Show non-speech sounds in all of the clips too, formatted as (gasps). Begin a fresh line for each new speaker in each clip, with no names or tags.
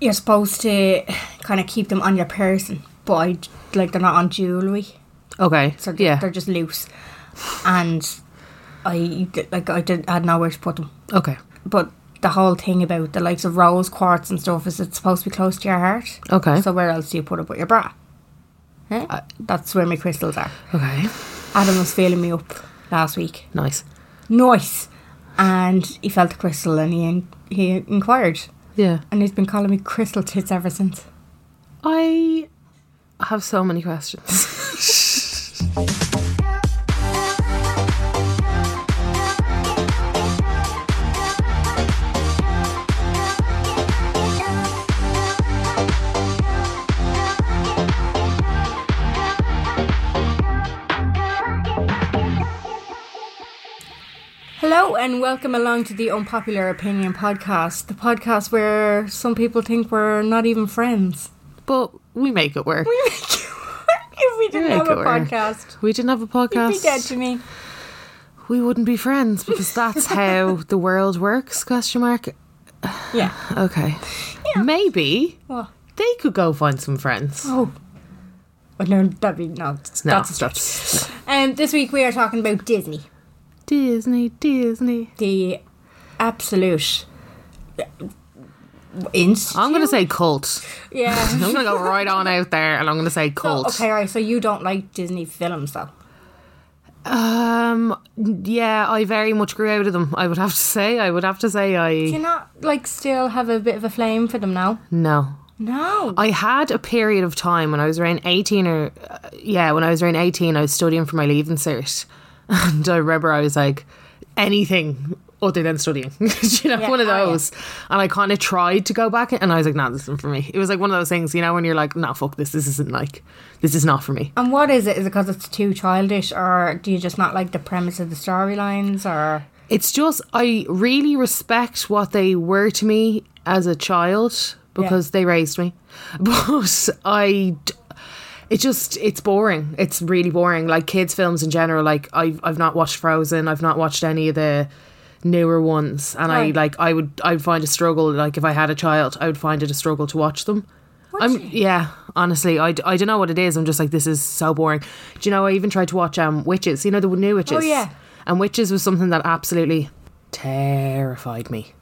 you're supposed to kind of keep them on your person, but I like they're not on jewelry,
Okay.
so they're,
yeah.
they're just loose. And I d- like I did had nowhere to put them.
Okay.
But the whole thing about the likes of rose quartz and stuff is it's supposed to be close to your heart.
Okay.
So where else do you put it but your bra? Eh? That's where my crystals are.
Okay.
Adam was feeling me up last week.
Nice.
Nice. And he felt the crystal and he, in- he inquired.
Yeah.
And he's been calling me crystal tits ever since.
I have so many questions. (laughs)
Hello and welcome along to the Unpopular Opinion podcast, the podcast where some people think we're not even friends. (laughs)
but we make it work.
if we didn't
We
have
make
a
it work.
podcast,
We didn't have a
you'd be dead
podcast.
to me.
We wouldn't be friends because
(laughs)
that's how the world works, question mark.
Yeah.
Okay. Maybe
Well,
they could go find some friends.
oh. But no, that'd be no.
No.
That's a stretch. Um, this week we are talking about Disney,
Disney, Disney.
the absolute. uh, Institute?
I'm gonna say cult.
yeah.
I'm gonna go right on out there and I'm gonna say
So,
(laughs) cult.
okay, right. So you don't like Disney films, though.
Um yeah, I very much grew out of them, I would have to say. I would have to say
Do
I
you not like still have a bit of a flame for them now?
no.
No.
I had a period of time when I was around 18 or uh, yeah, when I was around 18 I was studying for my leaving cert (laughs) and I remember I was like anything other than studying, (laughs) Do you know,
Yeah,
one of
oh, yeah.
those. And I kind of tried to go back and I was like, nah, this isn't for me. It was like one of those things, you know, when you're like, nah, fuck this, this isn't like, this is not for me.
and what is it? Is it because it's too childish, or do you just not like the premise of the storylines, or
It's just I really respect what they were to me as a child because they raised me. (laughs) But I d- it just it's boring. It's really boring. Like kids films in general like I have I've not watched Frozen. I've not watched any of the newer ones and I
Right.
like I would I'd find a struggle like if I had a child, I would find it a struggle to watch them. I'm yeah, honestly, I, d- I don't know what it is. I'm just like this is so boring. Do you know I even tried to watch um Witches, you know the new Witches.
yeah.
And Witches was something that absolutely terrified me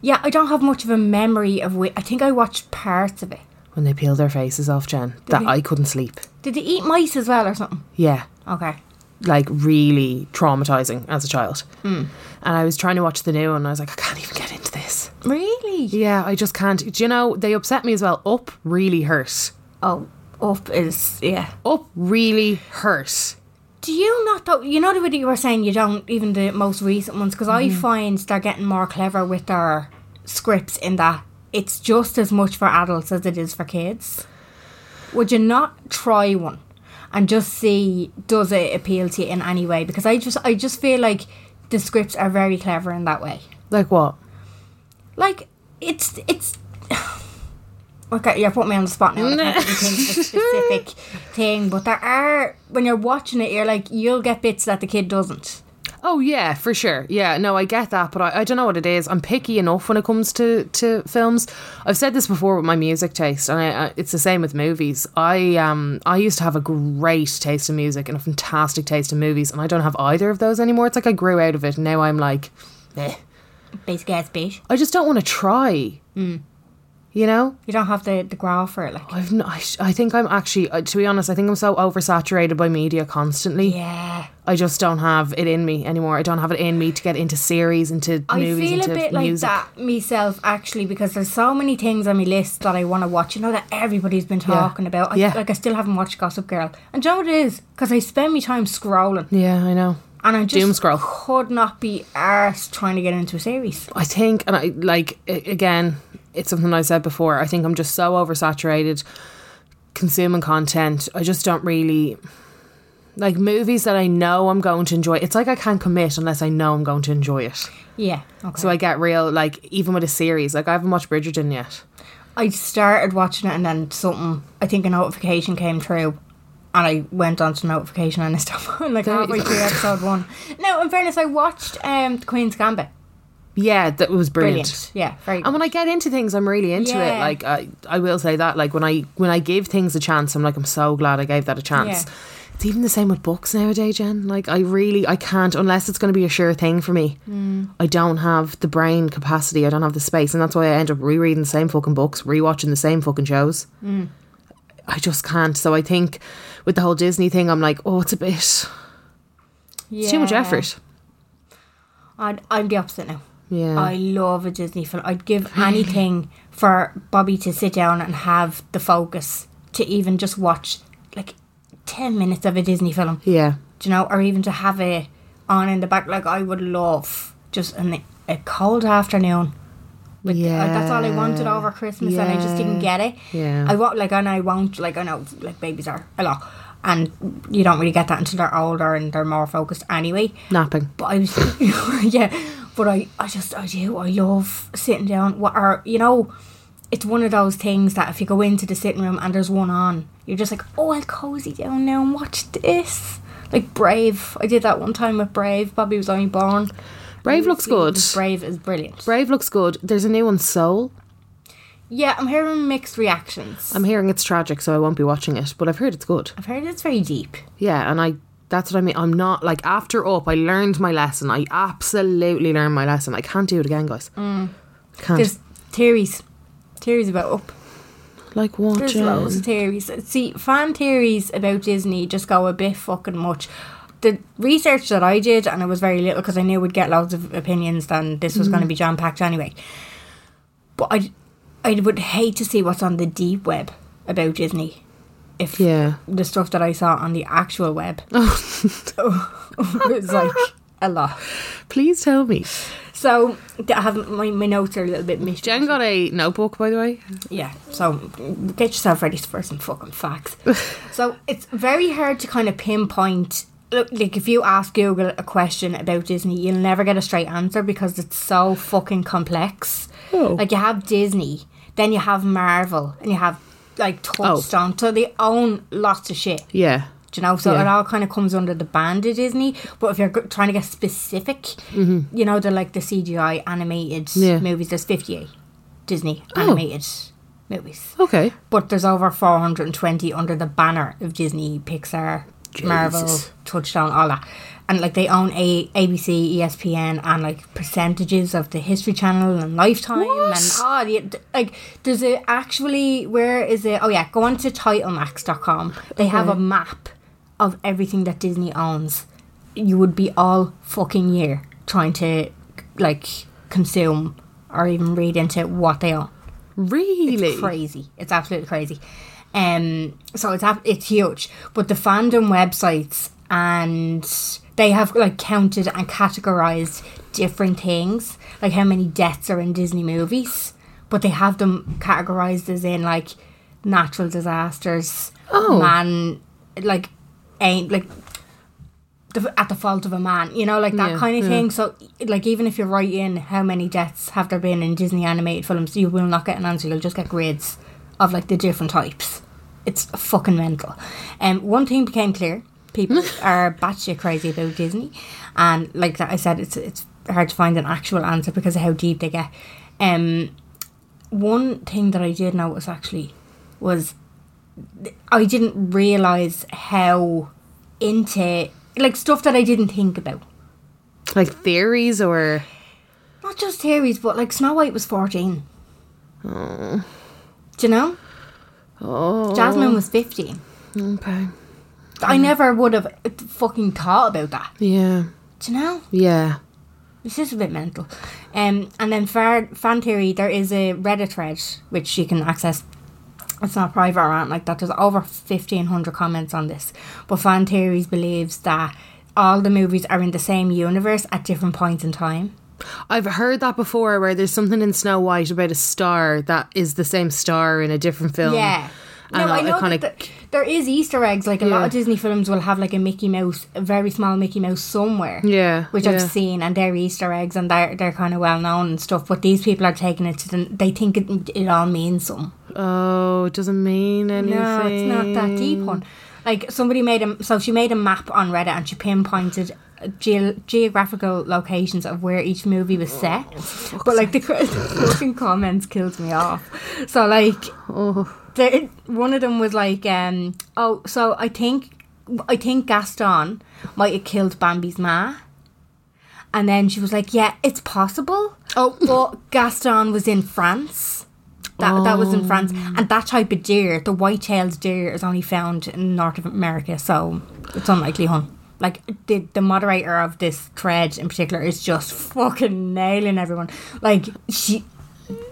yeah? I don't have much of a memory of. Wi- I think I watched parts of it.
when they peeled their faces off Jen that I couldn't sleep.
Did they eat mice as well, or something?
Yeah.
Okay.
Like really traumatizing as a child. Mm. And I was trying to watch the new one and I was like I can't even get into this.
Really?
Yeah, I just can't. Do you know they upset me as well. Up really hurt.
Oh, up is yeah.
Up really hurt.
Do you not though? You know the way that you were saying you don't even the most recent ones because I find they're getting more clever with their scripts in that it's just as much for adults as it is for kids. Would you not try one and just see does it appeal to you in any way? Because I just I just feel like the scripts are very clever in that way.
Like what?
Like it's it's. (sighs) Okay, you're putting me on the spot now. I can't really think
(laughs)
of a specific thing, but there are when you're watching it, you're like you'll get bits that the kid doesn't.
Oh yeah, for sure. Yeah, no, I get that, but I, I don't know what it is. I'm picky enough when it comes to to films. I've said this before with my music taste, and I, I, it's the same with movies. I um I used to have a great taste in music and a fantastic taste in movies, and I don't have either of those anymore. It's like I grew out of it, and now I'm like, eh.
Basic ass bitch.
I just don't want to try. You know,
You don't have the, the graph for it, like.
I've no, I, sh- I think I'm actually uh, to be honest. I think I'm so oversaturated by media constantly.
Yeah.
I just don't have it in me anymore. I don't have it in me to get into series, into
I
movies,
feel a
into
bit like
music.
that myself actually because there's so many things on my list that I want to watch. You know that everybody's been talking about. I,
Yeah.
Like I still haven't watched Gossip Girl, and do you know what it is? Because I spend my time scrolling,
Yeah, I know.
and I just
Doom scroll.
could not be arsed trying to get into a series.
I think, and I like a- again, it's something I said before. I think I'm just so oversaturated consuming content. I just don't really like movies that I know I'm going to enjoy. It's like I can't commit unless I know I'm going to enjoy it.
Yeah. Okay.
So I get real like even with a series. Like I haven't watched Bridgerton yet.
I started watching it, and then something. I think a notification came through. And I went on to notification and I stopped (laughs) like
There you
halfway
go.
through episode one. No, in fairness, I watched um, The Queen's Gambit.
Yeah, that was
Brilliant.
brilliant.
Yeah, very good.
And when I get into things, I'm really into
Yeah.
it. Like I, I will say that. Like when I when I give things a chance, I'm like I'm so glad I gave that a chance.
Yeah.
It's even the same with books nowadays, Jen. Like I really I can't unless it's going to be a sure thing for me.
Mm.
I don't have the brain capacity. I don't have the space, and that's why I end up rereading the same fucking books, rewatching the same fucking shows.
Mm.
I just can't. So I think with the whole Disney thing, I'm like, oh, it's a bit, it's too much
Yeah.
effort.
I'd, I'm the opposite now.
Yeah.
I love a Disney film. I'd give
(sighs)
anything for Bobby to sit down and have the focus to even just watch like 10 minutes of a Disney film,
yeah.
do you know, or even to have it on in the back. Like, I would love just an, a cold afternoon. With, yeah. that's all I wanted over Christmas and I just didn't
Yeah.
get it.
Yeah.
I won't, like, and I won't, like, I know, like, babies are a lot. And you don't really get that until they're older and they're more focused anyway.
Napping.
But I was, (laughs) yeah. But I, I just, I do, I love sitting down. What are, you know, it's one of those things that if you go into the sitting room and there's one on, you're just like, oh, I'll cozy down now and watch this. Like Brave, I did that one time with Brave. Bobby was only born.
Brave looks good.
Brave is brilliant.
Brave looks good. There's a new one, Soul.
Yeah, I'm hearing mixed reactions.
I'm hearing it's tragic, so I won't be watching it, but I've heard it's good.
I've heard it's very deep.
Yeah, and I that's what I mean. I'm not like after up, I learned my lesson. I absolutely learned my lesson. I can't do it again, guys. Can't
Mm. There's theories, theories about up.
like what
There's
Jen?
loads of theories. See, fan theories about Disney just go a bit fucking much. The research that I did, and it was very little because I knew we'd get loads of opinions, and this was going
Mm.
to be jam packed anyway. But I, I would hate to see what's on the deep web about Disney. If
Yeah.
the stuff that I saw on the actual web
(laughs) Oh.
(laughs) was like a lot.
Please tell me.
So I have my, my notes are a little bit mixed.
Jen got a notebook, by the way.
Yeah, so get yourself ready for some fucking facts. so it's very hard to kind of pinpoint. Look, like if you ask Google a question about Disney, you'll never get a straight answer because it's so fucking complex.
Oh.
Like you have Disney, then you have Marvel, and you have like Touchstone. So they own lots of shit.
Yeah.
Do you know? So it
Yeah.
all kind of comes under the band of Disney. But if you're go- trying to get specific, you know, they're like the CGI animated
Mm-hmm. Yeah. Oh.
movies. There's 58 Disney animated movies.
Okay.
But there's over 420 under the banner of Disney, Pixar, Marvel,
Jesus.
Touchstone, all that. And like they own a- E ABC, ESPN, and like percentages of the History Channel and Lifetime. And oh, the, th- like there's a actually, where is it? Oh, yeah, go on to titlemax.com. They have a map of everything that Disney owns. You would be all fucking year trying to like consume or even read into what they own
Really?
crazy. It's absolutely crazy. Um, so it's ab- it's huge. But the fandom websites and they have like counted and categorized different things, like how many deaths are in Disney movies. But they have them categorized as in like natural disasters,
Oh.
man, like ain't like the, at the fault of a man, you know, like that
Yeah,
kind of
yeah.
thing. So, like, even if you write in how many deaths have there been in Disney animated films, you will not get an answer. You'll just get grades of like the different types. It's fucking mental. Um, one thing became clear:
(laughs)
people are batshit crazy about Disney, and like that I said, it's it's hard to find an actual answer because of how deep they get. Um, one thing that I did notice actually was I didn't realize how into like stuff that I didn't think about.
Like theories or
Not just theories, but like Snow White was fourteen. Do you know?
Oh,
Jasmine was 50.
okay.
I never would have fucking thought about that.
Yeah,
Do you know?
yeah.
This is a bit mental. Um, and then for fan theory, there is a Reddit thread which you can access. It's not private or anything like that. There's over fifteen hundred comments on this. But fan theories believes that all the movies are in the same universe at different points in time.
I've heard that before where there's something in Snow White about a star that is the same star in a different film.
Yeah.
And
no, I
it
know
kinda-
that th- there is Easter eggs. Like a lot
Yeah.
of Disney films will have like a Mickey Mouse, a very small Mickey Mouse somewhere.
Yeah,
which I've
yeah.
seen, and they're Easter eggs, and they're they're kind of well known and stuff. But these people are taking it to the. They think it, it all means something.
Oh, it doesn't mean anything.
No, it's not that deep one. Like somebody made a so she made a map on Reddit and she pinpointed ge- geographical locations of where each movie was set. but like the, cr- the fucking comments killed me off. So like the, one of them was like, um, "Oh, so I think I think Gaston might have killed Bambi's ma." And then she was like, "Yeah, it's possible." Oh, (laughs) but Gaston was in France. That, that was in France,
Oh.
and that type of deer, the white-tailed deer, is only found in North America, so it's unlikely, hon. Like the the moderator of this thread in particular is just fucking nailing everyone. Like she,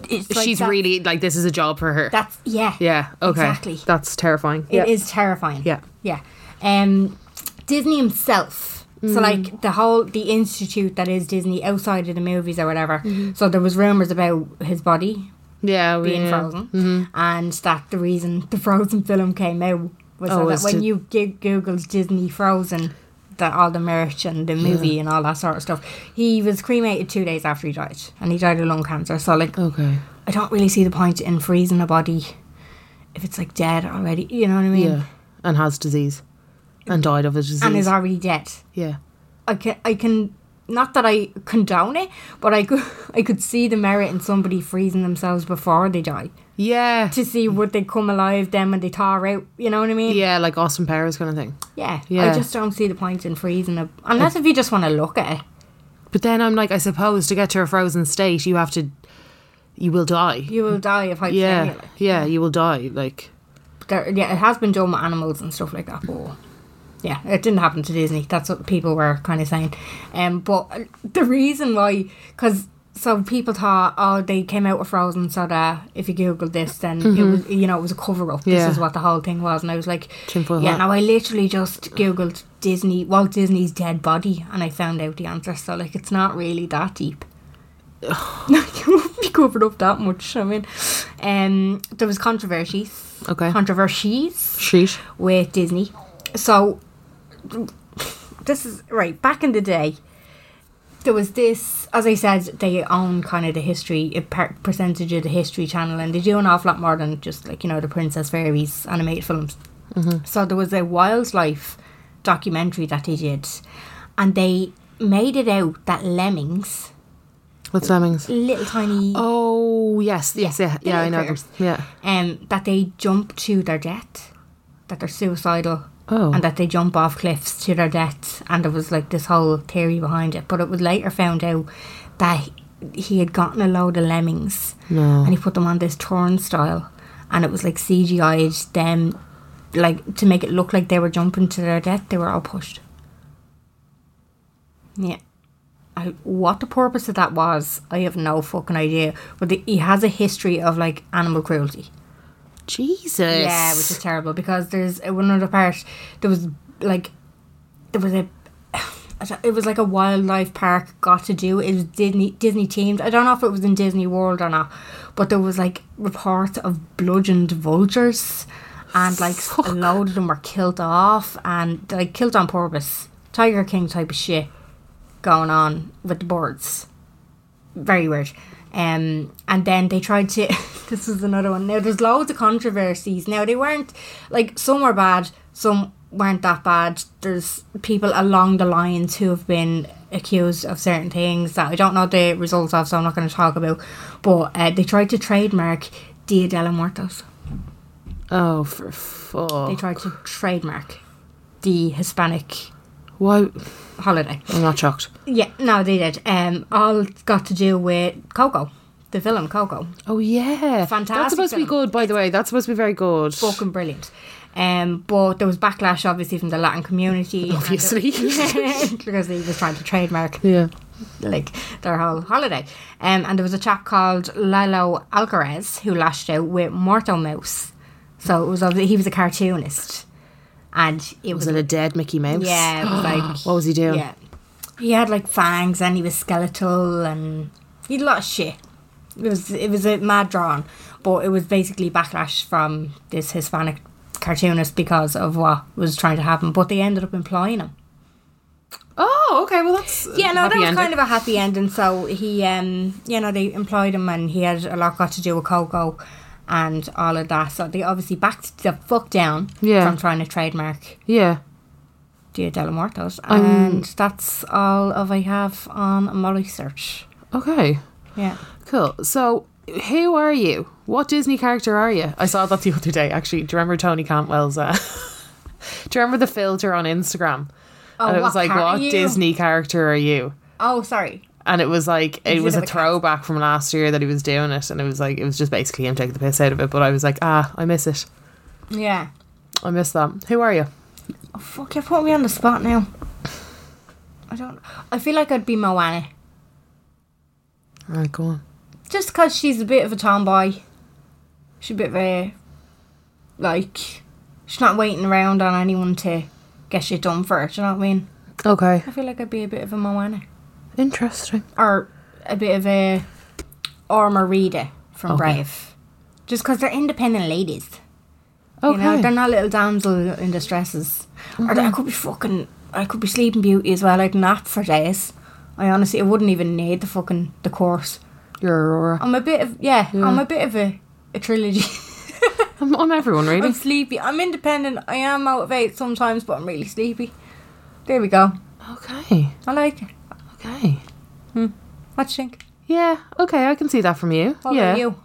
it's like
She's
that-
really like this is a job for her.
That's yeah.
yeah. Okay.
Exactly.
That's terrifying.
It is terrifying.
Yeah.
Yeah. Um, Disney himself.
Mm.
So like the whole the institute that is Disney outside of the movies or whatever.
Mm-hmm.
So there was rumors about his body
Yeah. we-
being
yeah. Mm-hmm.
frozen, and that the reason the (laughs) Frozen film came out was
Oh,
so that
was
when
to-
you g- Google Disney Frozen, that all the merch and the movie and all that sort of stuff. He was cremated two days after he died, and he died of lung cancer. So like,
Okay.
I don't really see the point in freezing a body if it's like dead already. You know what I mean?
Yeah. And has disease, and died of a disease.
and is already dead.
yeah.
I can, I can, not that I condone it, but I could, (laughs) I could see the merit in somebody freezing themselves before they die
Yeah.
to see would they come alive then when they thaw out. You know what I mean?
Mm. Yeah, like Austin Powers kind of thing.
Yeah. I
Yeah.
just don't see the point in freezing it unless if you just want to look at it.
But then I'm like, I suppose to get to a frozen state, you have to, you will die.
You will die of hypothermia.
Mm. Yeah,
like.
yeah, you will die. Like,
There, yeah, it has been done with animals and stuff like that. But yeah, it didn't happen to Disney. That's what people were kind of saying. Um, but uh, the reason why, because so people thought, oh, they came out with Frozen, so that if you Google this, then it was, you know, it was a cover up.
Mm-hmm. Yeah.
This is what the whole thing was, and I was like,
Tinfoil
yeah.
hat.
No, I literally just googled Disney Walt Disney's dead body, and I found out the answer. So like, it's not really that deep. (laughs) you won't be covered up that much. I mean, um, there was controversies
okay,
controversies
sheesh.
with Disney. So this is right back in the day. There was this, as I said, they own kind of the history a per- percentage of the History Channel, and they do an awful lot more than just like you know the Princess Fairies animated films.
Mm-hmm.
So there was a wildlife documentary that they did, and they made it out that lemmings,
What's lemmings?
little tiny,
Oh yes, yes, yeah, yeah. I
little
know. Them.
critters.
Yeah.
um, that they jump to their death, that they're suicidal,
Oh.
and that they jump off cliffs to their death. And there was like this whole theory behind it. But it was later found out that he- he had gotten a load of lemmings and he put them on this turnstile, and it was like CGI'd them, like to make it look like they were jumping to their death. They were all pushed. Yeah. I, what the purpose of that was, I have no fucking idea. But the, he has a history of like animal cruelty.
Jesus.
Yeah, which is terrible because there's uh, one other part. There was like there was a. (sighs) I don't- It was like a wildlife park got to do. It was Disney Disney themed. I don't know if it was in Disney World or not, but there was like reports of bludgeoned vultures, and like a load of them were killed off and like killed on purpose. Tiger King type of shit going on with the birds very weird. Um, and then they tried to. (laughs) this was another one. Now there's loads of controversies. Now they weren't like some were bad, some weren't that bad. There's people along the lines who have been accused of certain things that I don't know the results of, so I'm not going to talk about. But uh, they tried to trademark Dia de los Muertos.
Oh, for
They
fuck.
tried to trademark the Hispanic
Why?
holiday.
I'm not shocked.
Yeah, no, they did. Um, all got to do with Coco. the film Coco.
Oh yeah,
Fantastic
That's supposed to be
film.
good, by the way. That's supposed to be very good.
Fucking brilliant. Um, but there was backlash, obviously, from the Latin community. and
Obviously.
the- (laughs) because he was trying to trademark
Yeah.
like their whole holiday. Um, and there was a chap called Lalo Alcaraz who lashed out with Morto Mouse. So it was obvi- he was a cartoonist, and it was,
Was it a dead Mickey Mouse?
yeah, it was (gasps) like
(gasps) What was he doing?
yeah, he had like fangs and he was skeletal and he had a lot of shit. It was it was a mad drawn, but it was basically backlash from this Hispanic cartoonist because of what was trying to happen. But they ended up employing him.
Oh, okay. Well, that's
Yeah, no, that
happy
was
ending.
kind of a happy ending. So he, um, you know, they employed him, and he had a lot got to do with Coco and all of that. So they obviously backed the fuck down
Yeah.
from trying to trademark
yeah.
Dia de los Muertos,
Oh.
and that's all of I have on Molly search.
Okay.
Yeah,
Cool. So, who are you? What Disney character are you? I saw that the other day, actually. Do you remember Tony Cantwell's? Uh, (laughs) do you remember the filter on Instagram?
Oh,
and it was
what
like,
car-
what
you-
Disney character are you?
Oh, sorry.
And it was like it was
bit of
a
a cat.
throwback from last year that he was doing it, and it was like it was just basically him taking the piss out of it. But I was like, ah, I miss it.
Yeah.
I miss that. Who are you?
Oh, fuck! You put me on the spot now. I don't. I feel like I'd be Moana,
All right, go on.
just because she's a bit of a tomboy. She's a bit of a like. She's not waiting around on anyone to get shit done for her. Do you know what I mean?
Okay,
I feel like I'd be a bit of a Moana
interesting.
or a bit of a Ormerida from
Okay.
Brave, just because they're independent ladies.
Okay,
You know, they're not little damsel in distresses. Or I could be fucking, I could be Sleeping Beauty as well. I'd nap for days. I honestly, I wouldn't even need the fucking the course.
you're Aurora.
I'm a bit of yeah, I'm a bit of a, a trilogy.
I'm, I'm everyone
(laughs)
really.
I'm sleepy. I'm independent. I am motivated sometimes, but I'm really sleepy. There we go.
Oh, Okay,
I like it.
okay.
What do you think?
Yeah, okay, I can see that from you.
What
yeah.
about you?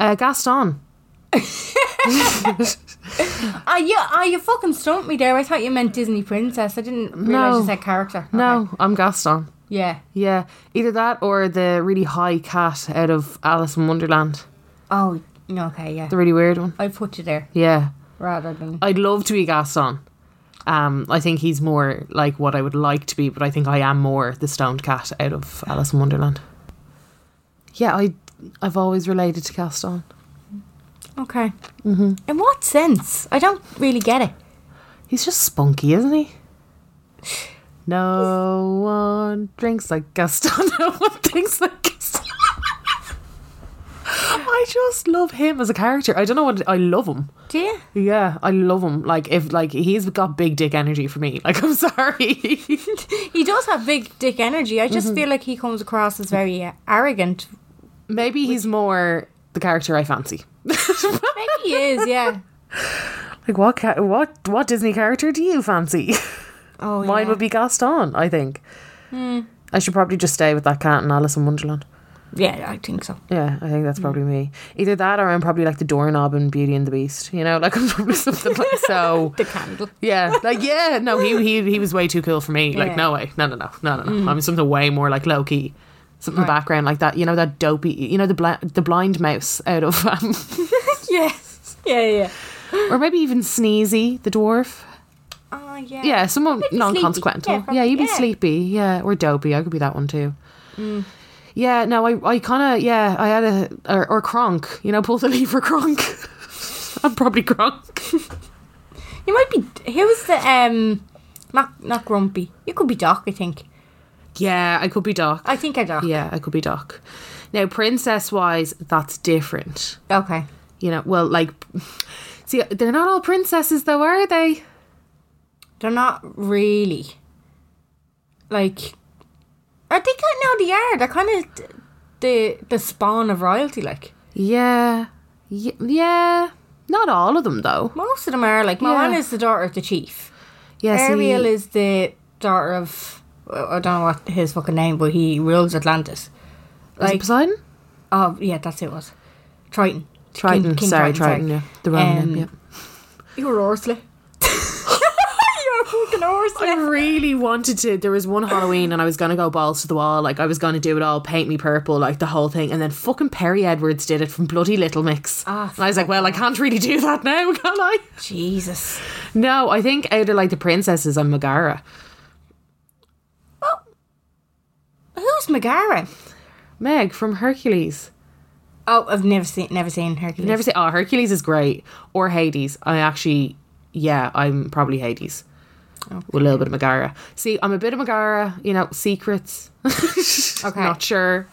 Uh, Gaston.
Ah, you, ah, you fucking stumped me there. I thought you meant Disney princess. I didn't realize
No.
you said character.
No,
Okay.
I'm Gaston.
Yeah.
Yeah, either that or the really high cat out of Alice in Wonderland.
Oh. Okay. Yeah.
The really weird one.
I put you there
Yeah.
rather than.
I'd love to be Gaston. Um, I think he's more like what I would like to be, but I think I am more the stoned cat out of Alice in Wonderland. Yeah, I I've always related to Gaston.
Okay. Mm-hmm. In what sense? I don't really get it.
He's just spunky, isn't he? (sighs) No one drinks like Gaston. (laughs) No one thinks like Gaston. (laughs) I just love him as a character. I don't know what I love him.
Do you? (laughs)
Yeah, I love him. Like if like he's got big dick energy for me. Like (laughs) I'm sorry.
He does have big dick energy. I just feel like he comes across as very uh, arrogant.
Maybe he's more the character I fancy. (laughs)
Maybe he is, (laughs) yeah.
Like what ca- what what Disney character do you fancy?
Oh,
(laughs) Mine
yeah.
would be Gaston, I think. I should probably just stay with that cat and Alice in Wonderland.
Yeah, I think so.
Yeah, I think that's probably
Mm.
me. Either that or I'm probably like the doorknob in Beauty and the Beast, you know, (laughs) like I'm probably something like so
(laughs) The candle.
Yeah, like yeah, no, he he he was way too cool for me.
Yeah. Mm.
Like no way. No, no, no. No, no, no. I'm something way more like low key. Something background like that, you know that dopey, you know the bl- the blind mouse out of (laughs) um,
Yes. Yeah, yeah.
or maybe even Sneezy the dwarf.
Oh, yeah.
Yeah, someone
Maybe
non consequential.
sleepy.
Yeah,
Yeah, probably-
you'd be
yeah. Mm.
sleepy. Yeah, or dopey. I could be that one too. Yeah, no, I, I kind of, yeah, I had a, or, or Kronk, you know, pull the lever Kronk. (laughs) I'm probably Kronk.
You might be. Who's the. um, Not, not grumpy. You could be Doc, I think.
(laughs) yeah, I could be Doc.
I think I Doc.
Yeah, I could be Doc. Now, princess wise, that's different.
Okay.
You know, well, like, (laughs) see, they're not all princesses though, are they?
They're not really. Like, I think I know they are. They're kind of the the spawn of royalty. Like
Yeah. Y- yeah. Not all of them though.
most of them are. Like Moana is the daughter of the chief.
Yeah, see-
Ariel is the daughter of I don't know what his fucking name, but he rules Atlantis.
Is it
Like
Poseidon?
oh yeah, that's who it was. Triton.
Triton. sorry, Triton, yeah. The wrong
Um,
(laughs) name, yeah.
You're Ursula. You're a fucking course,
I
yeah.
really wanted to. There was one Halloween, and I was gonna go balls to the wall. Like I was gonna do it all, paint me purple, like the whole thing. And then fucking Perry Edwards did it from Bloody Little Mix,
Ah,
and I was like, well, I can't really do that now, (laughs) can I?
Jesus.
No, I think out of like the princesses, I'm Megara.
Who's Megara?
Meg from Hercules.
Oh, I've never seen never seen Hercules.
You never say, oh, Hercules is great or Hades. I actually, yeah, I'm probably Hades. With a little bit of Megara. See, I'm a bit of Megara, you know, secrets. (laughs) okay. Not sure.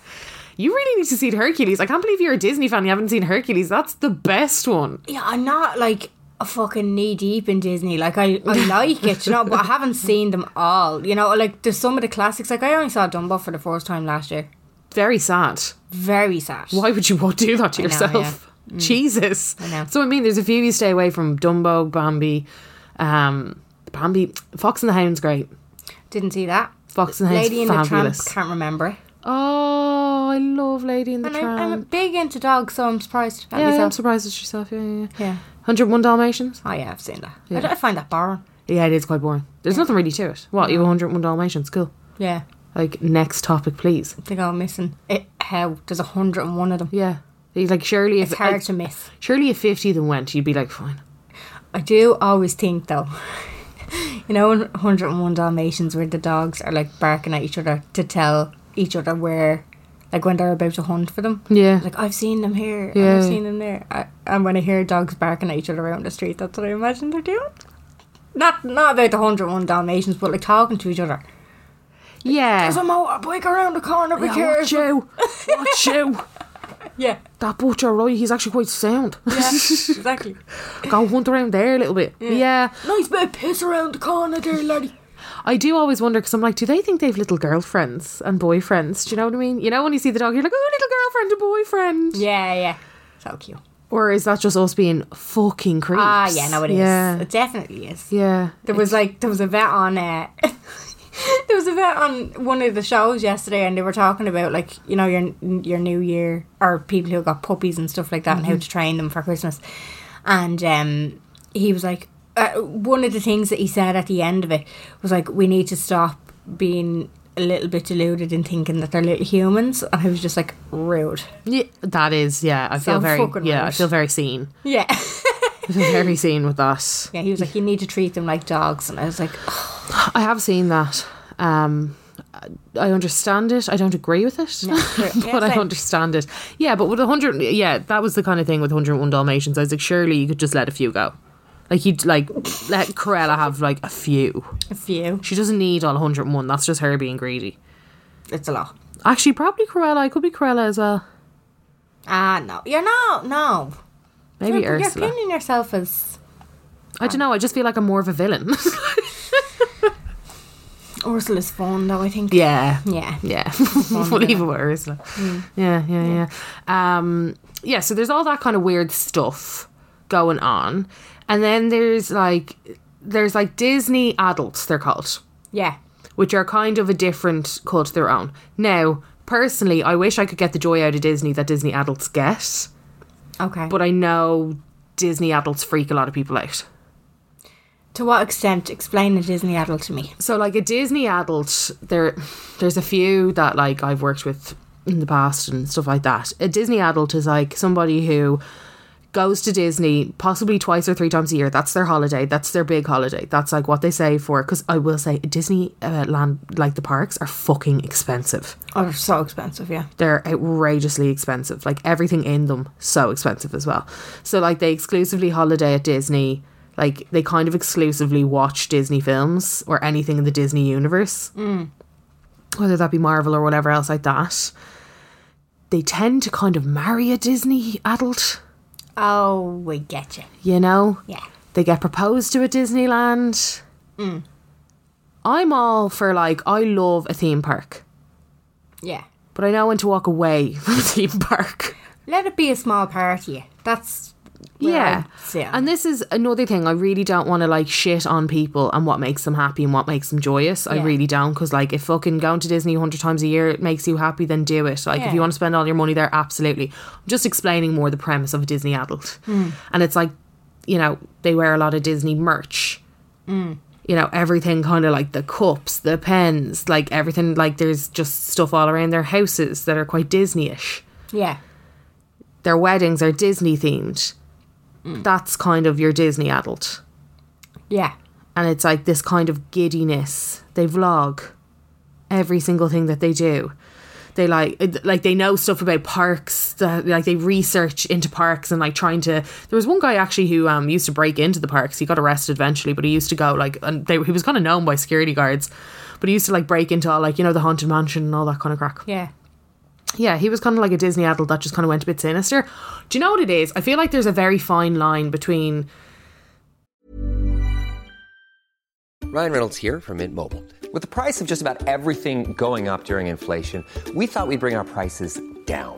You really need to see Hercules. I can't believe you're a Disney fan. You haven't seen Hercules. That's the best one.
Yeah, I'm not like a fucking knee deep in Disney. Like I,
(laughs)
I like it, you know, but I haven't seen them all. You know, like there's some of the classics. Like I only saw Dumbo for the first time last year.
Very sad.
Very sad.
Why would you want to do that to
know,
yourself? Jesus.
know.
So Mm. I mean, there's a few you stay away from Dumbo, Bambi, um, Bambi, Fox and the Hound's great.
Didn't see that.
Fox and the Hound's
Lady in the Tramp.
fabulous.
Can't remember. it.
Oh, I love Lady in the
And I'm,
Tramp.
I'm big into dogs, so I'm surprised. At
yeah, I'm
myself.
surprised it's yourself. Yeah, yeah, yeah.
Yeah.
101 Dalmatians?
Oh yeah, I've seen that. I, don't- I find that boring.
Yeah, it is quite boring. There's nothing really to it. What, you have 101 Dalmatians? Cool.
Yeah.
Like, next topic, please.
I think I'm missing it. How there's a hundred and one of them.
Yeah. Like, surely if,
It's hard
like,
to miss.
surely if 50 of them went, you'd be like, fine.
I do always think though, (laughs) you know, in 101 Dalmatians where the dogs are like barking at each other to tell each other where, like when they're about to hunt for them.
Yeah.
Like I've seen them here, and
Yeah.
I've seen them there. I, and when I hear dogs barking at each other out in the street, that's what I imagine they're doing. Not not about the 101 Dalmatians, but like talking to each other. There's a
yeah.
motorbike around the corner, be
Yeah, Watch
careful.
you. (laughs) Watch you.
Yeah,
That butcher, right? He's actually quite sound.
yeah, exactly.
(laughs) Go hunt around there a little bit. Yeah.
(laughs) Nice bit of piss around the corner there, laddie.
I do always wonder because I'm like, do they think they've little girlfriends and boyfriends? Do you know what I mean? You know, when you see the dog, you're like, oh, little girlfriend and boyfriend.
Yeah, yeah. So cute.
Or is that just us being fucking creeps?
Ah, yeah, no, it is.
Yeah.
It definitely is.
yeah.
There was like there was a vet on uh, (laughs) there was a vet on one of the shows yesterday, and they were talking about like you know your your New Year or people who got puppies and stuff like that, and how to train them for Christmas. And um, he was like, uh, one of the things that he said at the end of it was like, we need to stop being a little bit deluded in thinking that they're little humans, and I was just like rude.
Yeah, that is. Yeah, I feel
Sound
very.
fucking
Yeah, I
right.
feel very seen.
Yeah,
I feel very seen with that.
(laughs) yeah. He was like, you need to treat them like dogs, and I was like,
I have seen that. Um, I understand it. I don't agree with it, (laughs)
sure.
but
Yeah,
I
same.
understand it. Yeah, but with a hundred, yeah, that was the kind of thing with 101 Dalmatians. I was like, surely you could just let a few go. Like you'd like let Corella have like a few.
a few.
She doesn't need all 101. That's just her being greedy.
It's a lot.
Actually, probably Corella. It could be Corella as well.
Ah, no. You're not. No.
Maybe
you're,
Ursula.
You're pinning yourself as
I don't know. I just feel like I'm more of a villain. (laughs)
Ursula's phone, though, I think.
yeah.
Yeah.
Yeah. (laughs) we'll leave it with Ursula. Yeah, yeah, Mm. yeah, Um, yeah, so there's all that kind of weird stuff going on. And then there's like there's like Disney adults, they're called,
Yeah.
which are kind of a different cult of their own. Now, personally, I wish I could get the joy out of Disney that Disney adults get,
Okay.
but I know Disney adults freak a lot of people out.
to what extent? Explain a Disney adult to me.
So like a Disney adult, there there's a few that like I've worked with in the past and stuff like that. A Disney adult is like somebody who goes to Disney possibly twice or three times a year. That's their holiday. That's their big holiday. That's like what they say for cuz I will say Disney uh, land like the parks are fucking expensive.
Oh, they're so expensive, yeah.
They're outrageously expensive. Like everything in them so expensive as well. So like they exclusively holiday at Disney. Like they kind of exclusively watch Disney films or anything in the Disney universe. Whether that be Marvel or whatever else like that. They tend to kind of marry a Disney adult,
Oh, we get you.
you know?
Yeah.
They get proposed to at Disneyland. I'm all for like I love a theme park,
Yeah.
but I know when to walk away (laughs) from a theme park.
Let it be a small party. That's. where
yeah.
I'd sit.
And this is another thing. I really don't want to like shit on people and what makes them happy and what makes them joyous. I
Yeah.
really don't. Because like if fucking going to Disney 100 times a year it makes you happy, then do it. Like if
Yeah.
you want to spend all your money there, absolutely. I'm just explaining more the premise of a
Hmm. Hmm.
Disney adult. And it's like, you know, they wear a lot of Disney merch. you know, everything kind of like the cups, the pens, like everything. Like there's just stuff all around their houses that are quite Disney ish.
Yeah.
Their weddings are Disney themed. That's kind of your Disney adult.
Yeah.
And it's like this kind of giddiness. They vlog every single thing that they do. They like it- like they know stuff about parks. That, like they research into parks and like trying to. There was one guy actually who um used to break into the parks. He got arrested eventually, but he used to go like and they, he was kind of known by security guards, but he used to like break into all like you know the haunted mansion and all that kind of crack.
Yeah.
Yeah, he was kind of like a Disney adult that just kind of went a bit sinister. Do you know what it is? I feel like there's a very fine line between
Ryan Reynolds here from Mint Mobile. With the price of just about everything going up during inflation, we thought we'd bring our prices down.